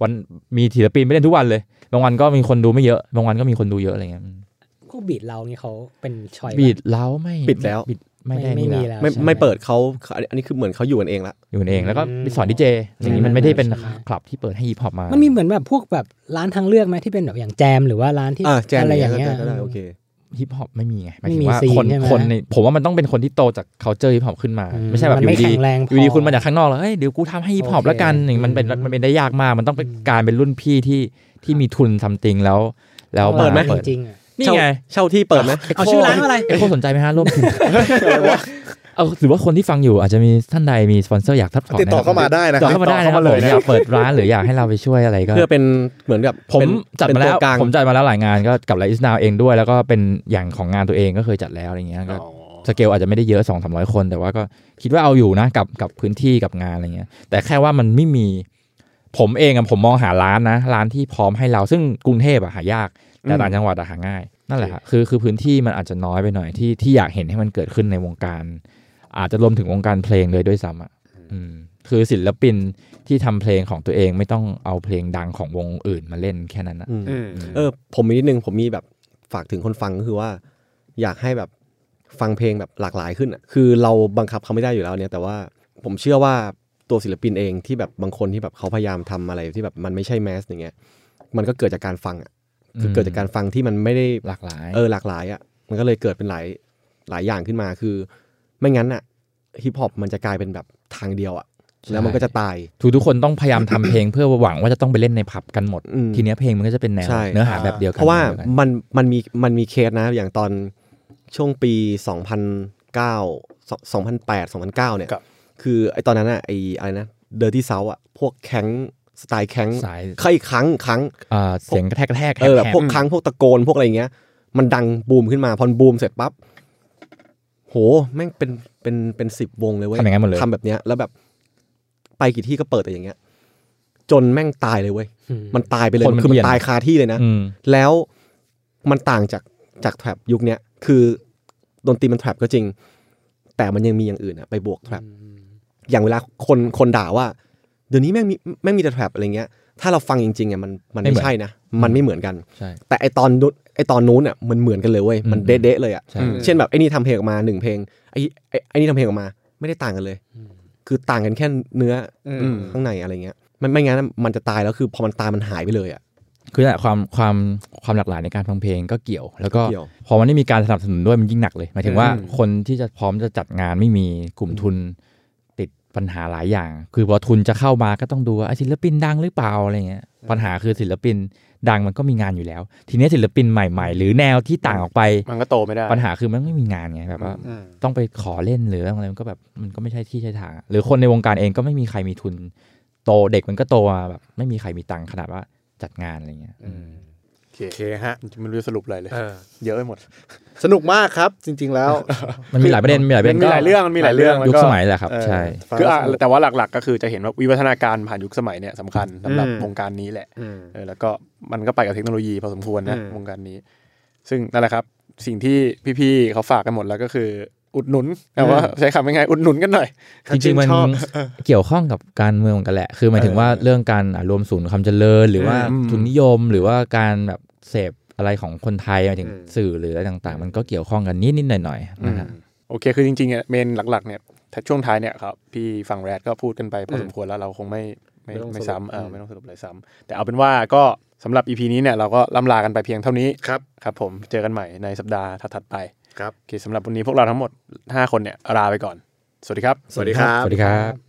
E: วันมีศิลปินไปเล่นทุกวันเลย บางวันก็มีคนดูไม่เยอะ บางวันก็มีคนดูเยอะอะไรเงี้ยอืม
F: พวกบีดเรานี่เขาเป็นชอย
E: บิดเล้าไม่
D: ปิดแล้ว
E: บิดไม่ได้
F: ไม่
E: นี่
F: มี
E: ละ
F: แล้ว
D: ไม่
F: ใช่
D: ไม่เปิดเขาเขาอันนี้คือเหมือนเขาอยู่กันเองละ
E: อยู่กันเองแล้วก็
F: อืม
E: สอนดีเจอย่างนี้มันไม่ได้เป็น
F: ใช่ไหม
E: คลับที่เปิดให้ฮิปฮอปมา
F: มันมีเหมือนแบบพวกแบบร้านทางเลือกไหมที่เป็นแบบอย่างแจมหรือว่าร้านที่
D: อ่าแจม
F: อะไรอย่างเงี้ย
D: ก็ได้โอเค
E: ฮิปฮอปไม่มีไงหมาย
F: ไม่
E: ถึ
F: มี
E: งว่า
F: ซีน
E: คน
F: ใช่ไหม
E: คนในผมว่ามันต้องเป็นคนที่โตจาก c u เจอร์ฮิปฮอปขึ้นมา
F: อืม
E: ไม่ใช่แบบ
F: มัน
E: อยู่
F: ไม่
E: ดี
F: แข็งแรงพ
E: อ
F: อ
E: ยู่ดีคุณมาจากข้างนอกแล้วเฮ้ยเดี๋ยวกูทำให้ฮิปฮอป
F: โอเค
E: แล้วกันอย่างมันเป็น
F: อืม
E: มันเป็นได้ยากมาก มันต้องเป็นการเป็นรุ่นพี่ที่ที่มีทุนซัมติงแล้ว แล้ว
D: เปิดไหม
E: า
F: จริงๆอะ
E: นี่ไง
D: เช่าที่เปิดไหม
F: เอาชื่อร้านว่าอะไร
E: เอ็กโคสนใจไหมฮะร่วม
F: (laughs)
E: ทุนเอาหรือว่าคนที่ฟังอยู่อาจจะมีท่านใดมีสปอนเซอร์อยากทับถอร์ต
B: ติดต่อ
E: นะครับ
B: เข้ามาได้นะ
E: ติดต่อเข้ามาได้นะค
C: ติดต่อเข้า
E: รับ
C: มาเลย
E: ผม
C: นะ
E: อยากเปิดร้านหรืออยากให้เราไปช่วยอะไรก็
D: เพื่อเป็นเหมือนกับ
E: ผม
D: เป็น
E: จัดมา
D: เป็น
E: แล้
D: ตัวกลาง
E: ผมจัดมาแล้วหลายงานก็กับไลท์นาวเองด้วย แล้วก็เป็นอย่างของงานตัวเองก็เคยจัดแล้วอะไรเงี้ยก็
B: อ๋อ
E: สเกลอาจจะไม่ได้เยอะ2 3 0 0 คน แต่ว่าก็คิดว่าเอาอยู่นะกับกับพื้นที่กับงานอะไรเงี้ย แต่แค่ว่ามันไม่มี ผมเองอะผมมองหาร้านนะร้านที่พร้อมให้เราซึ่งกรุงเทพอะหายาก แต่ต่างจังหวัดอะหาง่ายนั่นแหละฮะคือคือพื้นที่มันอาจจะน้อยไปหน่อยที่ที่อยากเห็นให้มันเกิดขึ้นในวงการ อาจจะรวมถึงวงการเพลงเลยด้วยซ้ำอ่ะอืมคือศิลปินที่ทำเพลงของตัวเองไม่ต้องเอาเพลงดังของวงอื่นมาเล่นแค่นั้นนะ
D: อืม
B: อืม
D: เออ ผมมีนิดนึงผมมีแบบฝากถึงคนฟังก็คือว่า อยากให้แบบฟังเพลงแบบหลากหลายขึ้นอะคือเราบังคับเขาไม่ได้อยู่แล้วเนี่ย แต่ว่าผมเชื่อว่าตัวศิลปินเองที่แบบบางคนที่แบบเขาพยายามทำอะไรที่แบบมันไม่ใช่แมสอย่างเงี้ยมันก็เกิดจากการฟังอะคือเกิดจากการฟังที่มันไม่ได้
E: หลากหลาย
D: เออหลากหลายอ่ะมันก็เลยเกิดเป็นหลายหลายอย่างขึ้นมาคือ ไม่งั้นอ่ะฮิปฮอปมันจะกลายเป็นแบบทางเดียวอ่ะแล้วมันก็จะตาย
E: ทุกทุกคนต้องพยายามทำ เพลงเพื่อหวังว่าจะต้องไปเล่นในผับกันหมด
D: อืม
E: ทีเนี้ยเพลงมันก็จะเป็นแนว
D: ใช่
E: เนื้อหาแบบเดียวกัน
D: เพราะว่า
E: แนดียกัน
D: มันมันมีมันมีเคสนะ อย่างตอนช่วงปี 2009 2008 2009เนี่ย
B: ครับ
D: คือไอตอนนั้นอ่ะไออะไรนะเดอร์ที่เซาอ่ะพวกแข้งสไตล์แข้ง
E: สาย
D: เคยค้างค้าง
E: อ่าเสียงกระแทกกระแทก
D: เออแบบ
E: หๆ
D: พวกครั้งพวกตะโกนพวกอะไรอย่างเงี้ย มันดังบูมขึ้นมาพอบูมเสร็จปั๊บโหแม่งเป็นเป็นเป็นสิบวงเลยเว้ย
E: ทำอย่างนั้นหมดเลย
D: ทำแบบเนี้ย แล้วแบบไปกี่ที่ก็เปิดแต่อย่างเงี้ย จนแม่งตายเลยเว้ย
F: อืม
D: มันตายไปเลย
E: คนมัน
D: คือ
E: เปลี่
D: มั
E: ยน
D: นตายคาที่เลยนะ
E: อืม
D: แล้วมันต่างจากจากแทร็บยุคเนี้ยคือดนตรีมันแทร็บก็จริง แต่มันยังมีอย่างอื่นอะไปบวกแทร็บอย่างเวลาคนคนด่าว่า เดี๋ยวนี้แม่งมีแม่งมีแต่แทร็บอะไรเงี้ย ถ้าเราฟังจริงๆอ่ะมันมัน
E: ไม่
D: ไม่
E: เหมือน
D: ใช่นะ มันไม่เหมือนกัน
E: ใช่
D: แต่ไอตอนนู้นไอตอนนู้นอ่ะมันเหมือนกันเลยเว้ยมัน
E: อืม
D: เด๊ะๆเลยอ่ะ
E: ใช่
C: อืม
D: เช่นแบบไอนี่ทำเพลงออกมาหนึ่งเพลงไอไอ้ไอนี่ทำเพลงออกมา ไม่ได้ต่างกันเลย คือต่างกันแค่เนื้ออ
B: อืม
D: ข้างในอะไรเงี้ย มันไม่งั้นมันจะตายแล้วคือพอมันตายมันหายไปเลยอ่ะ
E: คือนั่นแหละความความความหลากหลายในการฟังเพลงก็เกี่ยว แล้วก็
D: เกี่ยว
E: พอมันไม่มีการสนับสนุนด้วยมันยิ่งหนักเลยหมายถึงว่า
B: อืม
E: คนที่จะพร้อมจะจัดงานไม่มีกลุ่มทุนติด ปัญหาหลายอย่าง คือพอทุนจะเข้ามาก็ต้องดูว่าไอ้ศิลปินดังหรือเปล่าอะไรเงี้ยปัญหาคือศิลปินดังมันก็มีงานอยู่แล้ว ทีนี้ศิลปินใหม่ๆ หรือแนวที่ต่างออกไป
C: มันก็โตไม่ได้
E: ปัญหาคือมันไม่มีงานไงแบบว่า
B: อืม
E: ต้องไปขอเล่นหรืออะไรมันก็แบบมันก็ไม่ใช่ที่ใช่ทางอะหรือคนในวงการเองก็ไม่มีใครมีทุน โตเด็กมันก็โตมาแบบ ไม่มีใครมีตังค์ขนาดว่าจัดงานอะไรเงี้ย
B: โอเคโอเคฮะ
C: ไม่รู้จะสรุปอะไรเลย
B: เออ
C: เยอะไปหมด
B: สนุกมากครับ จริง ๆ แล้ว
E: มันมีหลายประเด็นมีหลายประเด็น
C: มันมีหลายเรื่องมันมีหลายเรื่อง
E: ยุ
C: แล้
E: ค
C: วก็
E: สมัยแหละครับ
C: เออ
E: ใช่
C: คืออ่ะ
B: ฟังแล้ว
C: แต่ว่าหลักๆ ก็คือจะเห็นว่าวิวัฒนาการผ่านยุคสมัยเนี่ยสำคัญสำหรับ
B: อืม
C: วงการนี้แหละ
B: อืม
C: เออแล้วก็มันก็ไปกับเทคโนโลยีพอสมควรนะ
B: อืม
C: วงการนี้ ซึ่งนั่นแหละครับ สิ่งที่พี่ๆเขาฝากกันหมดแล้วก็คืออุดหนุนแต่ว่าใช้คำง่ายๆอุดหนุนกันหน่อย
E: จริงๆมัน
B: ชอบ
E: เกี่ยวข้องกับการเมืองกันแหละ คือหมายถึงว่าเรื่องการอ่ะรวมศูนย์ความเจริญ หรือว่า
C: อืม
E: ทุนนิยม หรือว่าการแบบเสพอะไรของคนไทยหมายถึง
B: อืม
E: สื่อหรืออะไรต่างๆ มันก็เกี่ยวข้องกันนิดๆหน่อยๆนะฮะ
C: โอเค คือจริงๆอ่ะเมนหลักๆเนี่ยถ้าช่วงท้ายเนี่ยครับ พี่ฝั่งแรดก็พูดกันไปพอสมควรแล้วเราคงไม่ไม่
B: ไม่ต้อง
C: ไม่
B: สรุป
C: ซ้ำเอออ
B: ม
C: ไม่ต้องสรุปอะไรซ้ำแต่เอาเป็นว่าก็สำหรับ EP นี้เนี่ยเราก็ล่ำลากันไปเพียงเท่านี้
B: ครับ
C: ครับผมเจอกันใหม่ในสัปดาห์ถัดๆไป
B: ครับ
C: โอเคสำหรับวันนี้พวกเราทั้งหมด 5 คนเนี่ยลาไปก่อน สวัสดีครับ
B: สวัสดีครับ
E: สวัสดีครับ